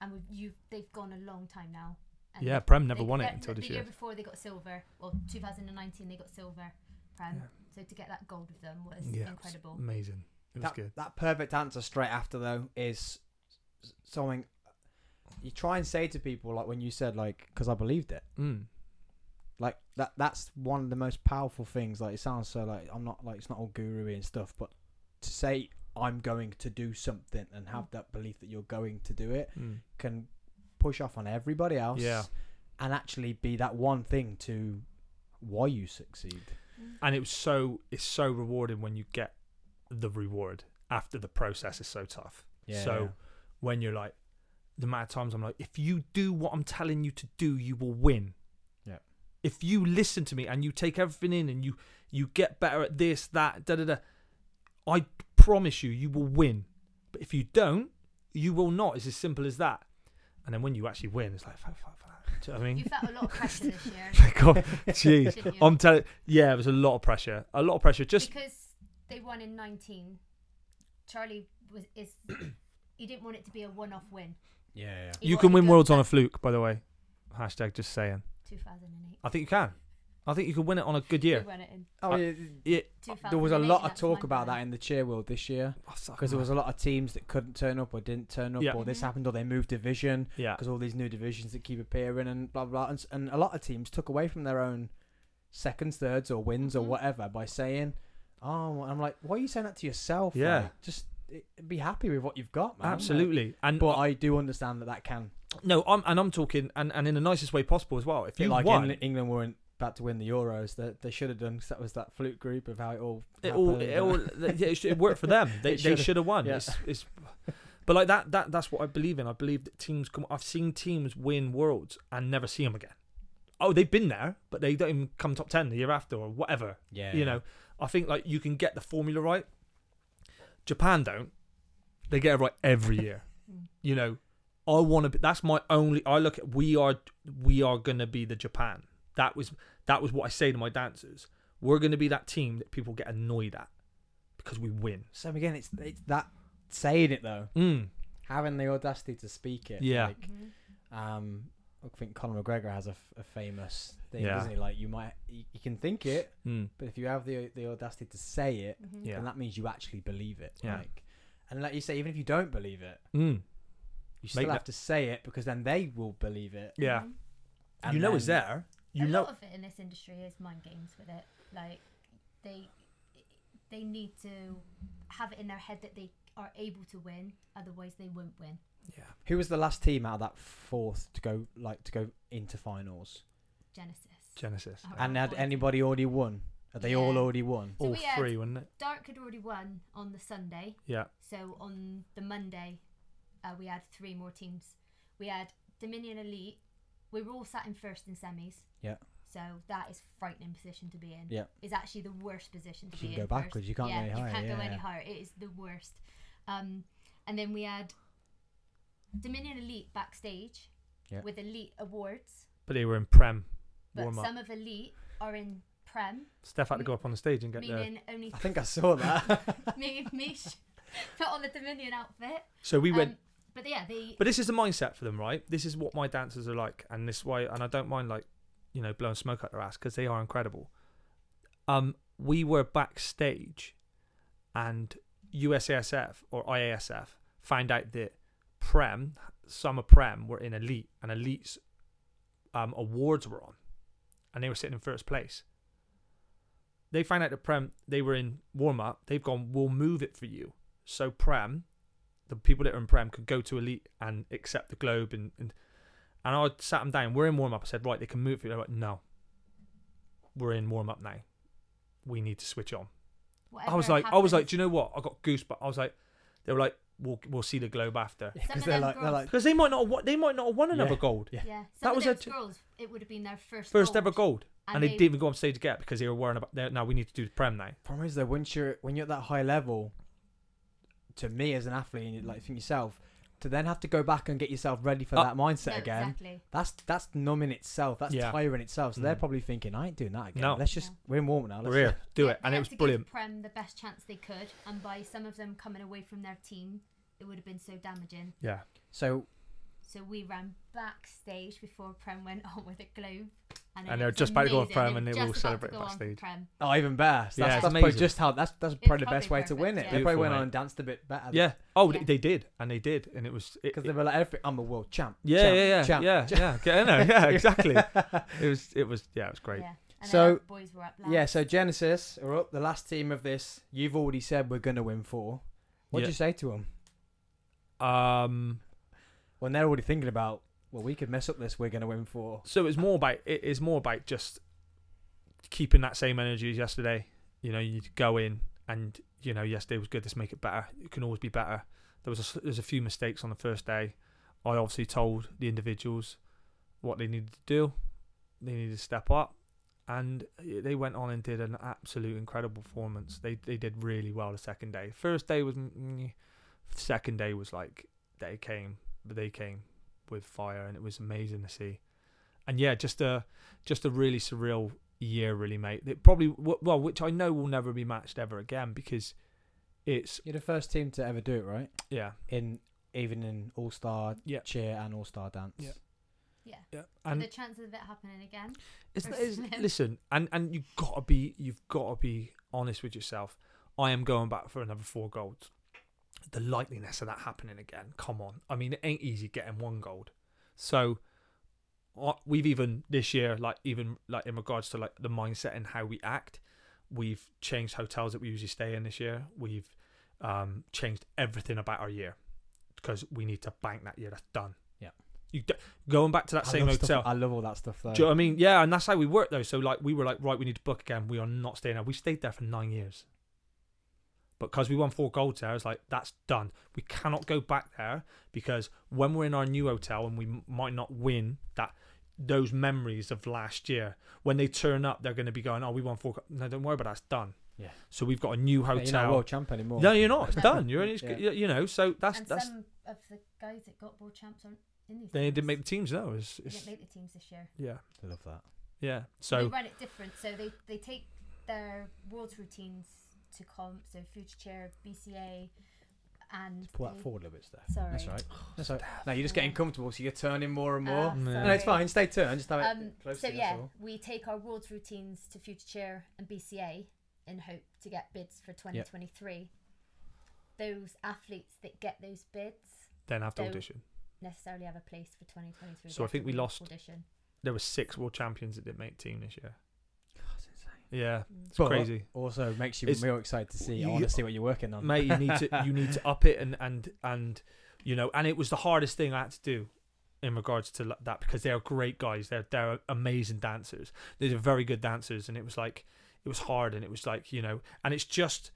D: And we, you, they've gone a long time now. And
C: Yeah,
D: they-
C: Prem never
D: they-
C: won it
D: their-
C: until this
D: the
C: year.
D: before they got silver. Well, 2019 they got silver. Prem.
C: Yeah.
D: So to get that gold with them was
C: Yeah, it was
D: incredible.
C: amazing. It was
B: that,
C: good.
B: that perfect answer straight after though is s- something you try and say to people like when you said like because I believed it.
C: Mm.
B: Like that that's one of the most powerful things. Like it sounds so like I'm not like it's not all guru and stuff, but to say I'm going to do something and have that belief that you're going to do it
C: Mm.
B: can push off on everybody else.
C: Yeah.
B: And actually be that one thing to why you succeed.
C: and it was so it's so rewarding when you get the reward after the process is so tough
B: Yeah,
C: so
B: yeah.
C: when you're like the amount of times i'm like if you do what i'm telling you to do you will win
B: Yeah.
C: if you listen to me and you take everything in and you you get better at this that da da da i promise you you will win but if you don't you will not it's as simple as that and then when you actually win it's like fuck, fuck, fuck. Do you know what i mean
D: You felt a lot of pressure this year,
C: God, jeez
D: didn't you?
C: I'm telling, yeah, it was a lot of pressure, a lot of pressure. Um, Just
D: because they won in 19. Charlie was is he didn't want it to be a one-off win.
B: Yeah, yeah.
D: He
C: you
D: wanted
C: can win
D: to go
C: worlds on a
D: back
C: fluke, by the way. Hashtag just saying.
D: 2008.
C: I think you can. I think you can win it on a good
D: They
C: year.
D: won it in
B: Oh,
C: I-
B: yeah.
C: Yeah,
D: 2008.
B: There was a lot of
D: that's
B: talk
D: my
B: about
D: plan.
B: that in the cheer world this year because there was a lot of teams that couldn't turn up or didn't turn up
C: Yeah.
B: or this
D: Mhm.
B: happened or they moved division
C: yeah,
B: because all these new divisions that keep appearing and blah blah, blah. And, s- and a lot of teams took away from their own seconds, thirds, or wins or
D: Mhm.
B: whatever by saying, "Oh, I'm like, why are you saying that to yourself?
C: Yeah.
B: Like, just i- be happy with what you've got, man. Like,
C: absolutely. And
B: but I do understand that that can,
C: no, I'm and I'm talking and, and in the nicest way possible as well. If you
B: like
C: won,
B: England, England weren't about to win the Euros, that they should have done because that was that flute group of how it all.
C: it all,
B: happened.
C: it, all yeah, it, should- it worked for them. They,
B: It
C: they
B: should've-
C: should have won.
B: yeah.
C: It's, it's, but like that that that's what I believe in. I believe that teams come. I've seen teams win worlds and never see them again. Oh, they've been there, but they don't even come top ten the year after or whatever.
B: yeah,
C: You know, I think like you can get the formula right. Japan don't. They get it right every year.
D: Mm.
C: you know, I want to. be That's my only. I look at we are we are gonna be the Japan. That was that was what I say to my dancers. We're gonna be that team that people get annoyed at because we win.
B: So again, it's it's that saying it though,
C: Mm.
B: having the audacity to speak it.
C: Yeah.
B: like,
D: Mhm.
B: um, I think Conor McGregor has a, f- a famous thing,
C: Yeah.
B: doesn't he? Like you might you, you can think it,
C: Mm.
B: but if you have the the audacity to say it,
D: Mhm.
C: Yeah.
B: then that means you actually believe it.
C: Yeah.
B: Like, and like you say, even if you don't believe it,
C: Mm.
B: you still
C: Make
B: have to say it because then they will believe it.
C: Yeah.
D: Mhm.
B: And
C: you know it's
B: then-
C: there. You
D: a
C: know.
D: lot of it in this industry is mind games with it. Like they they need to have it in their head that they are able to win, otherwise they won't win.
C: yeah.
B: Who was the last team out of that fourth to go like to go into finals?
D: Genesis.
C: Genesis.
D: All
B: And had
D: boys.
B: anybody already won? Had they all
D: Yeah.
B: already won?
D: Oh, So
C: All
D: we had-
C: three, wasn't it?
D: Dark had already won on the Sunday,
C: Yeah.
D: so on the Monday, uh, we had three more teams. We had Dominion Elite. We were all sat in first in semis.
B: Yeah.
D: So that is frightening position to be in.
B: Yeah.
D: It's actually the worst position to
B: You
D: be
B: can
D: in.
B: go
D: first.
B: backwards, you can't go
D: yeah,
B: any higher,
D: You can't
B: yeah,
D: go any
B: yeah.
D: higher. It is the worst. Um, and then we had Dominion Elite backstage
B: Yeah.
D: with Elite Awards,
C: But they were in prem
D: but
C: warm up.
D: some of Elite are in Prem,
C: Steph had to go up on the stage and get there.
D: meaning only
B: I think I saw that.
D: me, me sh- put on the Dominion outfit.
C: So we went.
D: Um, but yeah, they
C: But this is the mindset for them, right? This is what my dancers are like, and this way, and I don't mind like, you know, blowing smoke up their ass because they are incredible. Um, we were backstage, and USASF or IASF found out that Prem, Summer Prem, were in Elite, and Elite's um, awards were on, and they were sitting in first place. They found out that Prem they were in warm up. They've gone, we'll move it for you. So Prem the people that are in prem could go to elite and accept the globe and and, and I sat them down. We're in warm up. I said, right, they can move. They're like, no, we're in warm up now. We need to switch on. I was
D: whatever
C: like, I was like,
D: happens-
C: do you know what? I got goosebumps. I was like, they were like, we'll we'll see the globe after
D: Some
B: Because
D: of
B: they're
D: them
B: like they're
D: girls-
B: like
C: because they might not wa- they might not have won another
B: Yeah.
C: gold,
B: Yeah.
D: yeah, some
C: That
D: of
C: was
D: those
C: a t-
D: girls, it would have been their first
C: first ever gold, and, they, didn't even go on stage to get it because they were worrying about. they're- Now we need to do the prem now.
B: problem is though once you're when you're at that high level to me as an athlete and like think yourself to then have to go back and get yourself ready for
C: Uh,
B: that mindset
D: No,
B: again
D: Exactly.
B: that's that's numbing itself that's
C: Yeah.
B: tiring itself so they're
C: Mm.
B: probably thinking i ain't doing that again
C: No.
B: let's just
D: No.
B: we're in warm now let's
C: We're here, do
D: Yeah,
C: it,
D: they
C: and it
D: had
C: was
D: to give
C: brilliant.
D: Prem the best chance they could, and by some of them coming away from their team, it would have been so damaging.
C: Yeah,
B: so
D: So we ran backstage before Prem went on with a globe. it
C: And they were
D: was
C: just about to go on
D: amazing.
C: Prem and they
D: were
C: were
D: just
C: all
D: about to
C: celebrating
D: go on
C: backstage.
D: Prem.
B: Oh, even better. So
C: Yeah,
B: that's,
C: it's
B: that's probably
C: amazing.
B: just how that's that's probably the
D: probably
B: best way to
D: perfect,
B: win it.
D: yeah.
B: They probably
C: Beautiful,
B: went on
C: mate.
B: and danced a bit better.
C: Yeah. Oh,
D: Yeah.
C: They, they did, and they did, and it was. It,
B: because
C: it-
B: they were like, every, "I'm a world champ."
C: yeah,
B: champ,
C: yeah, yeah,
B: champ,
C: yeah,
B: champ.
C: yeah, yeah, I know, yeah, exactly. it was, it was, yeah, it was great.
D: Yeah. And
B: So-
D: so boys were up. Loud.
B: Yeah, so Genesis are up. The last team of this, you've already said we're going to win four. What'd
C: Yeah.
B: you say to them
C: Um,
B: when they're already thinking about, well, we could mess up this, we're going to win four?
C: so it's more about it is more about just keeping that same energy as yesterday. You know, you need to go in and you know yesterday was good. Let's make it better. It can always be better. There was a, s- there's a few mistakes on the first day. I obviously told the individuals what they needed to do. They needed to step up, and they went on and did an absolute incredible performance. They they did really well the second day. First day was, mm, second day was like they came, but they came with fire, and it was amazing to see and yeah, just a just a really surreal year, really, mate. It probably w- well, which I know will never be matched ever again because it's
B: You're the first team to ever do it, right?
C: yeah,
B: In even in All Star
C: Yeah.
B: cheer and All Star dance.
C: Yeah.
D: Yeah.
C: yeah,
D: So
C: and
D: the chances of it happening again.
C: it's,
D: are
C: it's
D: slim.
C: listen, and and you gotta be you've gotta be honest with yourself. I am going back for another four golds. The likeliness of that happening again, come on. I mean, it ain't easy getting one gold. So uh, we've even this year, like even like in regards to like the mindset and how we act, we've changed hotels that we usually stay in this year. We've um, changed everything about our year because we need to bank that year. That's done.
B: Yeah.
C: You d- going back to that
B: I
C: same
B: love stuff-
C: hotel.
B: I love all that stuff though.
C: Do you know what I mean? Yeah, and that's how we work though. So like we were like, right, we need to book again. We are not staying there. We stayed there for nine years. But because we won four golds there, it's like that's done. We cannot go back there because when we're in our new hotel and we m- might not win that those memories of last year, when they turn up, they're going to be going, oh, we won four. go-" No, don't worry, but that's done.
B: Yeah.
C: So we've got a new
B: Yeah,
C: hotel.
B: You're not a world champ anymore.
C: no, you're not. It's done. You're only,
B: Yeah.
C: you know. So that's
D: and
C: that's
D: some of the guys that got world champs aren't in these.
C: they
D: teams.
C: didn't make the teams though. It's,
D: They
C: it's
D: didn't make the teams this year.
C: yeah,
B: I love that.
C: yeah.
D: we
C: So
D: run it different. So they, they take their world's routines to comp, so Future Chair, BCA, and
B: Pull that
D: they-
B: forward a little bit, Steph.
D: Sorry.
B: That's right. That's right. Now you're just getting comfortable, so you're turning more and more.
D: Ah,
C: No.
B: no, it's
D: sorry.
B: fine. Stay turned. Just have it
D: Um,
B: close
D: so
B: to you,
D: yeah,
B: that's all.
D: we take our world's routines to Future Chair and BCA in hope to get bids for 2023. Those athletes that get those bids
C: then after
D: So-
C: audition.
D: necessarily have a place for 2023.
C: So I
D: They have
C: think
D: to
C: we
D: win
C: lost-
D: audition.
C: there were six world champions that didn't make the team this year.
B: That's insane.
C: Yeah, it's
B: But uh,
C: crazy,
B: Also makes you
C: It's-
B: real excited to see. I
C: you-
B: want to see what you're working on.
C: mate. You need to you need to up it and and and you know, and it was the hardest thing I had to do in regards to li- that because they are great guys. They're they're amazing dancers. They're very good dancers, and it was like it was hard, and it was like you know, and it's just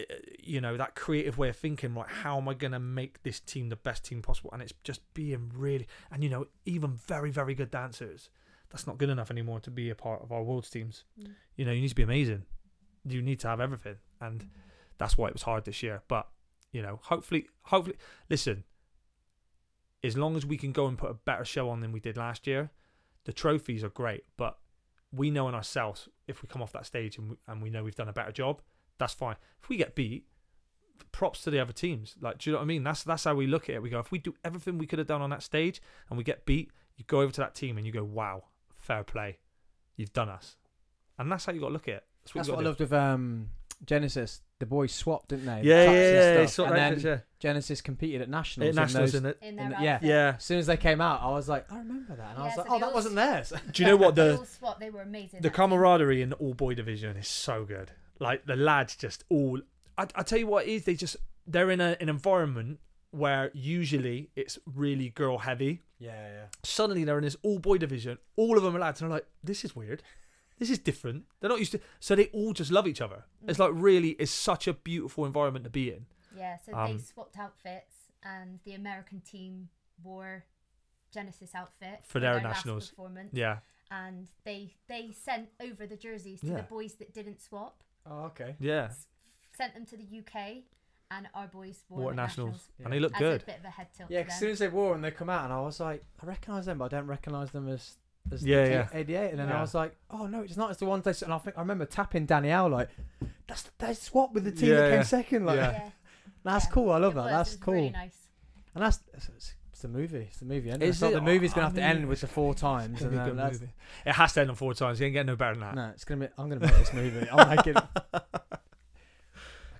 C: uh, you know that creative way of thinking right how am i going to make this team the best team possible and it's just being really and you know even very very good dancers that's not good enough anymore to be a part of our world's teams
D: Mm.
C: you know you need to be amazing you need to have everything and that's why it was hard this year but you know hopefully hopefully listen as long as we can go and put a better show on than we did last year the trophies are great but we know in ourselves if we come off that stage and we, and we know we've done a better job that's fine if we get beat props to the other teams like do you know what i mean that's that's how we look at it we go if we do everything we could have done on that stage and we get beat you go over to that team and you go wow fair play you've done us and that's how you got to look at it
B: That's
C: we
B: what I
C: gotta
B: loved with um, Genesis. The boys swapped, didn't they?
C: do. yeah
B: Touched
C: yeah
B: and
C: yeah, yeah,
B: stuff.
C: sort of
B: and
C: outfits,
B: then
C: yeah.
B: Genesis competed at nationals.
C: It
B: in
C: nationals
B: those-
C: in it
D: In
B: in
D: their
B: the- yeah.
D: outfit.
C: yeah
B: as soon as they came out, I was like, I remember that, and I
D: Yeah,
B: was
D: so
B: like, oh,
D: they
B: that
D: all-
B: wasn't theirs.
C: do you know what
D: They
C: the
D: all swapped, They were amazing.
C: the
D: that team.
C: camaraderie in the all boy division is so good. Like the lads just all. I, I tell you what it is. They just they're in a, an environment where usually it's really girl heavy.
B: yeah, yeah.
C: Suddenly they're in this all boy division. All of them are lads, and they're like, this is weird. This is different. They're not used to. So they all just love each other. It's like really, it's such a beautiful environment to be in.
D: Yeah, so they
C: Um,
D: swapped outfits, and the American team wore Genesis outfit
C: For their
D: last
C: nationals.
D: performance,
C: Yeah,
D: and they they sent over the jerseys to
C: Yeah.
D: the boys that didn't swap,
B: Oh, okay.
C: yeah.
D: sent them to the UK, and our boys wore
C: What
D: the
C: nationals?
D: nationals.
C: And they look
D: As
C: good.
D: a bit of a head tilt.
B: Yeah,
D: to
B: 'cause as soon
D: them.
B: as they wore and they come out, and I was like, I recognise them, but I don't recognise them as. As
C: Yeah,
B: the
C: yeah.
B: 88, and then I
C: Yeah.
B: was like, "Oh no, it's not. It's the ones they." s-" And I think I remember tapping Danielle like, "That's that's swap with the team
C: Yeah,
B: that came
C: yeah.
B: second. Like,
C: Yeah.
B: that's
D: yeah,
B: cool. I love
D: it
B: that.
D: was,
B: That's
D: it was
B: cool.
D: Really nice.
B: And that's s- s- It's the movie. It's the movie. Isn't
C: Is
B: it? So
C: it? Oh,
B: the movie's gonna
C: I
B: have to
C: mean,
B: end with the four times,
C: It's
B: and
C: gonna be a
B: then
C: good
B: that's,
C: movie. It has to end on four times. You ain't get no better than that.
B: no, it's gonna be. I'm gonna make this movie. I like it. I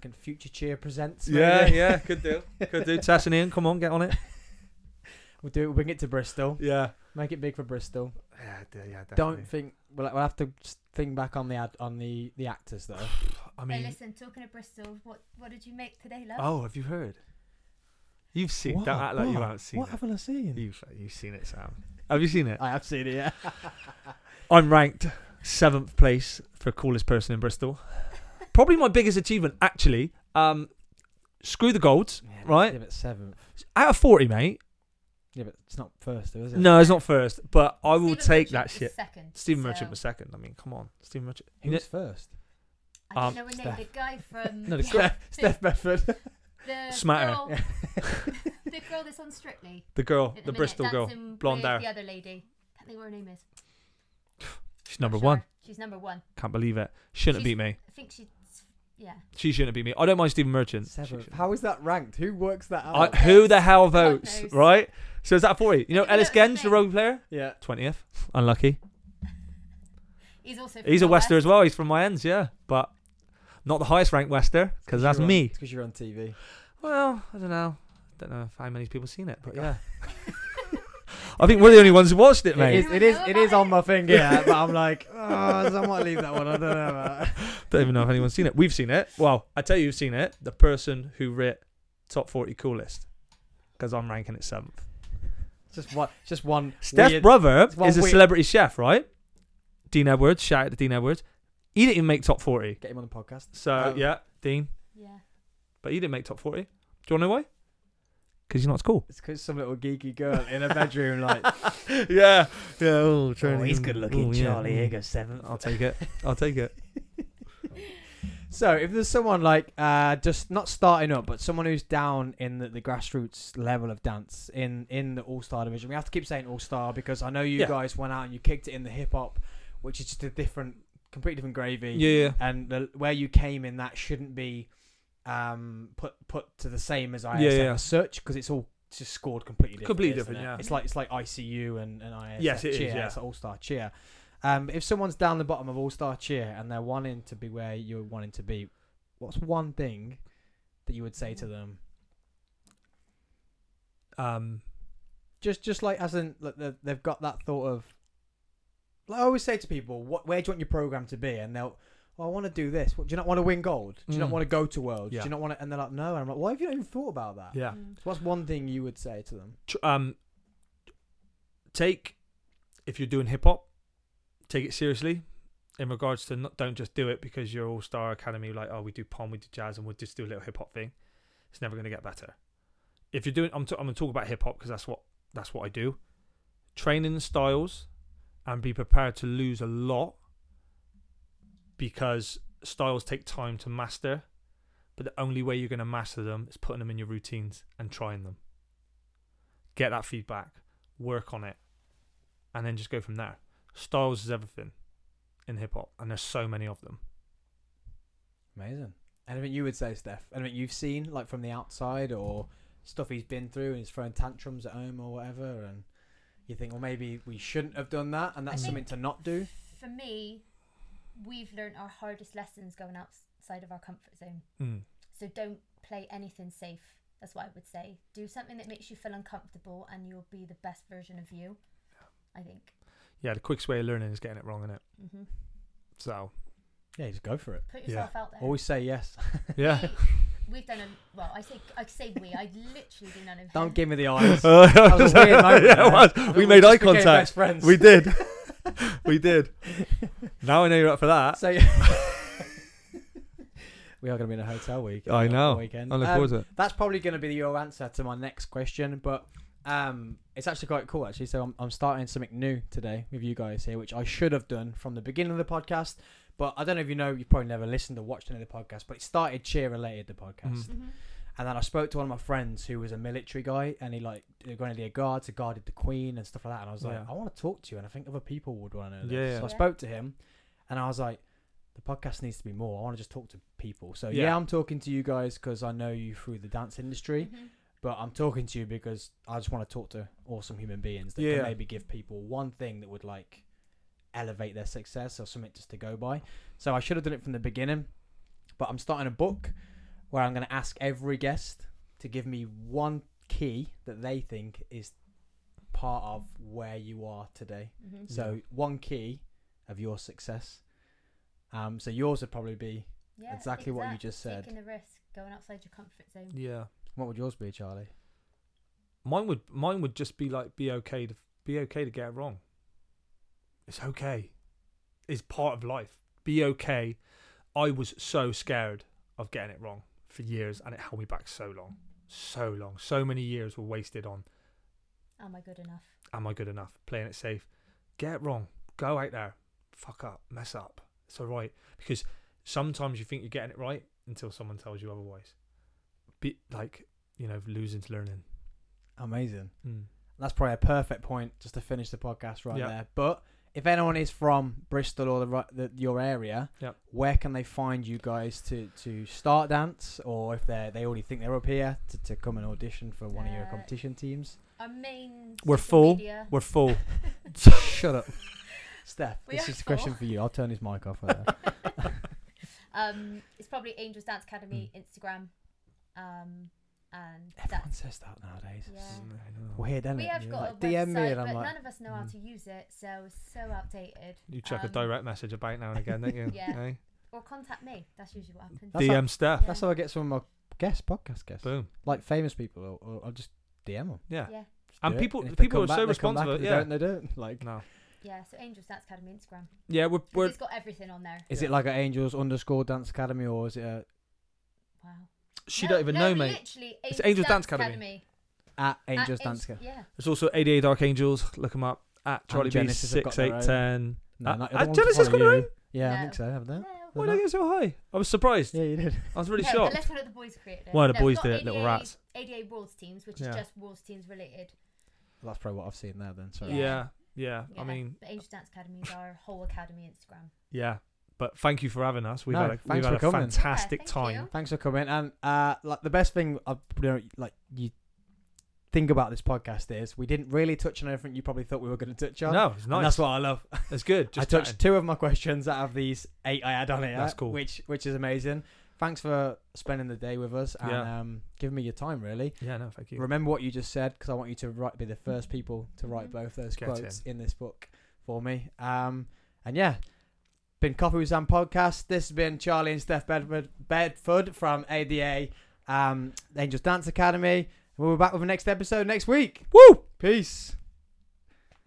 B: can future cheer presents. Maybe.
C: Yeah, yeah, could do, could do. Tess and Ian, come on, get on it.
B: We'll do. We'll bring it to Bristol.
C: Yeah,
B: Make it big for Bristol.
C: yeah, d- yeah.
B: Don't
C: definitely.
B: think we'll, we'll have to s- think back on the ad, on the the actors though.
C: I
D: Hey,
C: mean,
D: listen, talking of Bristol, what what did you make today, love?
C: oh, have you heard? You've seen that? Act like you haven't seen
B: What
C: it.
B: haven't I seen?
C: You've you've seen it, Sam. Have you seen it?
B: I have seen it. Yeah.
C: I'm ranked seventh place for coolest person in Bristol. Probably my biggest achievement, actually. Um, screw the golds.
B: Yeah,
C: Right.
B: Yeah, but seventh.
C: Out of forty, mate.
B: Yeah, but it's not first, though, is it?
C: No, it's not first, but I will
D: Stephen
C: take
D: Merchant
C: that
D: was
C: shit.
D: Second.
C: Stephen
D: so-
C: Merchant was second. I mean, come on, Stephen Merchant.
B: Who was first?
D: I don't
C: Um,
D: know her name.
B: Steph.
D: The guy from
C: No, the
D: yeah,
B: Steph, Steph Bedford.
D: the
C: Smatter.
D: girl- the girl that's on Strictly.
C: The girl,
D: at
C: the
D: minute,
C: Bristol girl,
D: dancing
C: blonde
D: with
C: hair.
D: The other lady. Can't think what her name is.
C: She's number
D: Sure,
C: one.
D: She's number one.
C: Can't believe it. Shouldn't have
D: She's-
C: beat me.
D: I think she's yeah.
C: She shouldn't have beat me. I don't mind Stephen Merchant. She
B: Seventh.
C: shouldn't.
B: How is that ranked? Who works that out?
C: I, who the hell votes,
D: knows?
C: right? So is that 40? You know,
D: Look at
C: Ellis
D: the
C: Genge, the
D: thing.
C: rugby player?
B: yeah.
C: 20th. Unlucky.
D: He's also. From
C: He's a
D: the West.
C: Wester as well. He's from my ends, yeah. But not the highest ranked Wester, because that's
B: You're on-
C: me.
B: It's because you're on TV.
C: Well, I don't know. Don't know if how many people seen it, but yeah. I think we're the only ones who watched it,
B: It
C: mate.
B: is,
D: You
B: it
D: don't
B: is,
D: know
B: it
D: about
B: is on
D: it?
B: my finger, yeah, but I'm like, oh, I might leave that one. I don't know. About that."
C: Don't even know if anyone's seen it. We've seen it. Well, I tell you who's seen it. The person who writ top 40 coolest, because I'm ranking it seventh.
B: It's Just one, it's just one.
C: Steph's
B: weird-
C: brother
B: it's one
C: is a
B: weird-
C: celebrity chef, right? Dean Edwards. Shout out to Dean Edwards. He didn't even make top 40.
B: Get him on the podcast.
C: So,
B: Oh.
C: yeah, Dean.
D: Yeah.
C: But he didn't make top 40. Do you want to know why? Because he's not at school.
B: It's because some little geeky girl in a bedroom, like,
C: yeah. Yeah. Oh,
B: oh, he's good looking, Charlie. Here goes seventh.
C: I'll take it. I'll take it.
B: So, if there's someone like uh, just not starting up, but someone who's down in the, the grassroots level of dance in in the All Star division, we have to keep saying All Star because I know you
C: Yeah.
B: guys went out and you kicked it in the hip hop, which is just a different, completely different gravy.
C: Yeah.
B: And the, where you came in, that shouldn't be um, put put to the same as ISM
C: Yeah, yeah.
B: as such because it's all just scored completely different.
C: Completely
B: isn't
C: different,
B: it?
C: yeah.
B: It's like it's like ICU and and ISF
C: Yes, it is,
B: cheer.
C: yeah.
B: It's All Star cheer. Um, but if someone's down the bottom of All Star cheer and they're wanting to be where you're wanting to be, what's one thing that you would say to them?
C: Um,
B: Just just like as in like, they've- they've got that thought of. Like I always say to people, what where do you want your program to be? And they'll. Well, I want to do this. Well, do you not want to win gold? Do you not
C: Mm.
B: want to go to worlds?
C: Yeah.
B: Do you not want to? And they're like, no. And I'm like, why have you not even thought about that?
C: yeah.
D: Mm.
B: So what's one thing you would say to them?
C: tr- um, take if you're doing hip hop, take it seriously. In regards to not, don't just do it because you're all star academy. Like oh, we do pom, we do jazz, and we'll just do a little hip hop thing. It's never going to get better. If you're doing, I'm, t- I'm going to talk about hip hop because that's what that's what I do. Train in the styles, and be prepared to lose a lot because styles take time to master. But the only way you're going to master them is putting them in your routines and trying them get that feedback, work on it, and then just go from there. Styles is everything in hip hop, and there's so many of them.
B: Amazing. Anything you would say, Steph? Anything you've seen, like from the outside, or stuff he's been through, and he's throwing tantrums at home or whatever, and you think, well, maybe we shouldn't have done that, and that's
D: I
B: something
D: think-
B: to not do.
D: For me, we've learned our hardest lessons going outside of our comfort zone.
C: Mm.
D: So don't play anything safe. That's what I would say. Do something that makes you feel uncomfortable, and you'll be the best version of you. I think.
C: Yeah, the quickest way of learning is getting it wrong, is it?
D: hmm
C: So
B: Yeah, just go for it.
D: Put yourself out there.
B: Always say yes.
C: yeah.
D: We, have done a well. I say I say we. I literally do none of
B: Don't
D: them.
B: give me the eyes.
C: that
B: was a weird moment there.
C: We made eye contact.
B: Best friends.
C: We did. we did. Now I know you're up for that.
B: So we are going to be in a hotel week.
C: I
B: uh,
C: know.
B: Weekend.
C: I look
B: Um,
C: forward to it.
B: that's probably going to be your answer to my next question, but um, it's actually quite cool, actually. So I'm, I'm starting something new today with you guys here, which I should have done from the beginning of the podcast. But I don't know if you know, you've probably never listened or watched any of the podcast, but it started cheer related, the podcast.
C: Mhm.
D: Mhm.
B: And then I spoke to one of my friends who was a military guy, and he like the Grenadier Guards, he guarded the Queen and stuff like that. And I was like,
C: Yeah.
B: I want to talk to you, and I think other people would want to know this.
C: Yeah, yeah.
B: So I
D: Yeah.
B: spoke to him, and I was like, the podcast needs to be more. I want to just talk to people. So yeah,
C: Yeah.
B: I'm talking to you guys because I know you through the dance industry.
D: Mhm.
B: but I'm talking to you because I just want to talk to awesome human beings that
C: Yeah.
B: can maybe give people one thing that would like elevate their success or something just to go by. So I should have done it from the beginning, but I'm starting a book where I'm going to ask every guest to give me one key that they think is part of where you are today.
E: Mm-hmm.
B: So one key of your success. Um, so yours would probably be
D: Mm-hmm. Yeah,
B: exactly what you
D: exact.
B: just said.
D: Taking the risk, going outside your comfort zone.
C: Yeah.
B: what would yours be, Charlie?
C: Mine would mine would just be like be okay to be okay to get it wrong. It's okay. It's part of life. Be okay. I was so scared of getting it wrong for years and it held me back so long. So long. So many years were wasted on
D: Am I good enough?
C: am I good enough? Playing it safe. Get it wrong. Go out there. Fuck up. Mess up. It's all right. Because sometimes you think you're getting it right until someone tells you otherwise. Be like, you know, losing to learning.
B: Amazing.
C: Mm.
B: That's probably a perfect point just to finish the podcast right
C: Yeah.
B: there. But if anyone is from Bristol or the, ri- the your area,
C: Yep.
B: where can they find you guys to, to start dance, or if they they already think they're up here to, to come and audition for one of your
D: Uh,
B: competition teams?
D: Our main.
C: We're
D: social
C: full.
D: media-
C: We're full.
B: Shut up, Steph.
D: We
B: this
D: are
B: is a question for you. I'll turn his mic off. Right there.
D: um, it's probably Angels Dance Academy Instagram, um, and
B: Hmm. Everyone
D: that's
B: says that nowadays.
D: yeah.
B: Weird, isn't
D: We
B: it?
D: have
C: Yeah.
D: got
B: Like,
D: a
B: DM
D: website,
B: me and I'm like-
D: but
B: hmm.
D: none of us know how
C: Mm.
D: to use it, so it's so outdated.
C: You check a
D: Um,
C: direct message about now and again, don't you?
D: Yeah.
C: Hey?
D: Or contact me. That's usually what happens.
B: That's
C: DM Steph.
B: That's how I get some of my guests, podcast guests,
C: Boom.
B: like famous people, or, or I'll just DM them.
C: Yeah.
D: Yeah,
C: And
B: do it.
C: people
B: if they
C: people
B: come
C: are
B: back,
C: so
B: they come back.
C: responsive.
B: If they
C: Yeah.
B: don't, they don't. Like,
C: No.
D: yeah. So Angels Dance Academy Instagram.
C: Yeah, we're,
D: 'Cause
C: we're
D: It's got everything on there.
B: is
C: Yeah.
B: it like an Angels underscore Dance Academy, or is it a,
D: Wow.
C: she
D: No,
C: don't even
D: no,
C: know, mate.
D: Literally,
C: It's
D: Angels,
C: Angels
D: Angels
C: Dance
D: Dance,
C: Academy.
D: Academy.
B: at
D: At
B: Angels
D: Ang-
B: Dance Academy?
D: Yeah.
C: There's also 88 Dark Angels. Look them up at Charlie B
B: Genesis have got their
C: 6810.
B: No,
C: Uh,
B: not-
C: uh,
B: I don't want to
C: Genesis
B: follow
C: got her
B: you. Yeah, I
D: No.
B: think so. Haven't they?
D: No.
C: Why did I get so high? I was surprised.
B: Yeah, you did.
C: I was really
D: no,
C: shocked.
D: Unless one of the boys created it.
C: One of the
D: No,
C: boys
D: we've
C: did
D: got
C: it, little
D: 88
C: rats.
D: 88 Worlds teams, which
C: Yeah.
D: is just Worlds teams related.
B: That's probably what I've seen there. Then, so
D: Yeah.
C: yeah. yeah, I
D: Yeah,
C: mean,
D: but Angels Dance Academy is our whole academy Instagram.
C: yeah. But thank you for having us. We've
B: No,
C: had a, we've
B: thanks
C: had
B: for
C: a
B: coming.
C: fantastic
D: Yeah, thank
C: time.
D: you.
B: thanks for coming. And uh, like the best thing I you know, like you think about this podcast is we didn't really touch on everything you probably thought we were going to touch on.
C: No, it's
B: And
C: nice.
B: that's what I love.
C: it's good. Just
B: I touched
C: chatting.
B: two of my questions out of these eight I had on here.
C: That's cool.
B: Which which is amazing. Thanks for spending the day with us and
C: Yeah.
B: um, giving me your time. Really,
C: Yeah, no, thank you.
B: remember what you just said because I want you to write, be the first people to write
D: Mhm.
B: both those
C: Get
B: quotes in. this book for me. Um, and yeah, been Coffee with Sam podcast. This has been Charlie and Steph Bedford, Bedford from ADA um, Angels Dance Academy. We'll be back with the next episode next week.
C: Woo!
B: Peace.